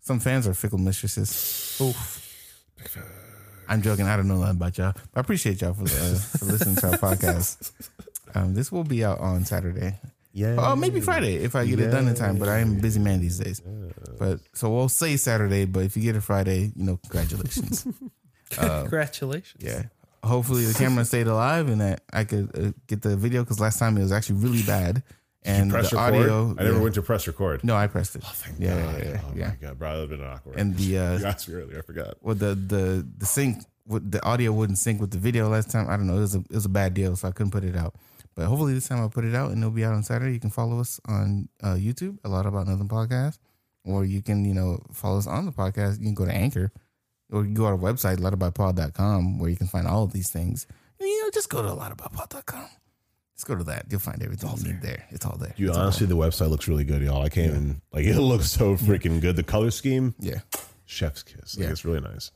some fans are fickle mistresses.
Oof.
I'm joking. I don't know nothing about y'all. But I appreciate y'all for, uh, for listening to our podcast. Um, this will be out on Saturday.
Yeah.
Oh, maybe Friday if I get it done in time. But I am a busy man these days. But so we'll say Saturday. But if you get it Friday, you know, congratulations.
Oh.
Congratulations.
yeah. Hopefully the camera stayed alive and that I could uh, get the video because last time it was actually really bad. And
Press
the
record.
audio.
I never
yeah.
went to press record.
No, I pressed it. Oh,
Thank
yeah,
God.
yeah, yeah,
Oh
yeah.
my god, bro, that would have been awkward.
And the uh,
you asked me earlier. I forgot.
well, the the the sync with the audio wouldn't sync with the video last time. I don't know. It was a it was a bad deal, so I couldn't put it out. But hopefully this time I'll put it out and it'll be out on Saturday. You can follow us on uh, YouTube, a lot about nothing podcast, or you can you know follow us on the podcast. You can go to Anchor, or you can go to our website lotaboutpod.com where you can find all of these things. And, you know, just go to lotaboutpod.com. Just go to that. You'll find everything you need there. It's all there.
Dude,
It's all
honestly, the website looks really good, y'all. I can't even like it looks so freaking good. The color scheme,
there. yeah.
chef's kiss. Like,
Yeah.
it's really nice.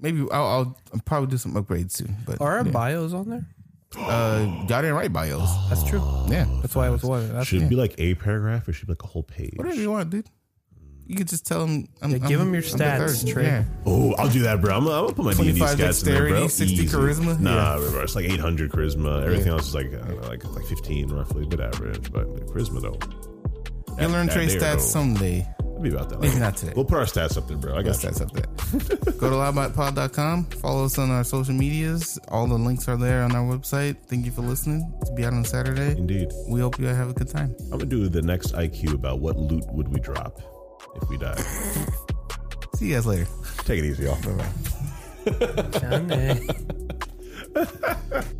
Maybe I'll, I'll, I'll probably do some upgrades soon. But
Are our
yeah.
bios on there?
uh, y'all didn't write bios.
That's true.
Yeah.
That's why I was wondering. That's-
Should it be like a paragraph or should it be like a whole page?
Whatever you want, dude. You could just tell them. I'm,
Yeah, give
I'm-
them your
I'm the
stats,
third.
Trey.
Yeah.
Oh, I'll do that, bro. I'm, I'm gonna put my D&D
25
stats in there, bro.
dexterity, 60 charisma?
Nah, bro, it's like 800 charisma. Everything else is like I don't know, like like 15 roughly, good average. But the charisma though,
You
That-
learn
that
Trey
there,
stats
though.
someday.
It'll be about that.
Maybe not today.
We'll put our stats up there, bro. I
Your
got you.
stats up there. Go to loudbitepod.com. Follow us on our social medias. All the links are there on our website. Thank you for listening. To be out on Saturday.
Indeed,
We hope you have a good time.
I'm gonna do the next IQ about what loot would we drop if we die.
See you guys later.
Take it easy, y'all. Bye bye.
Done it.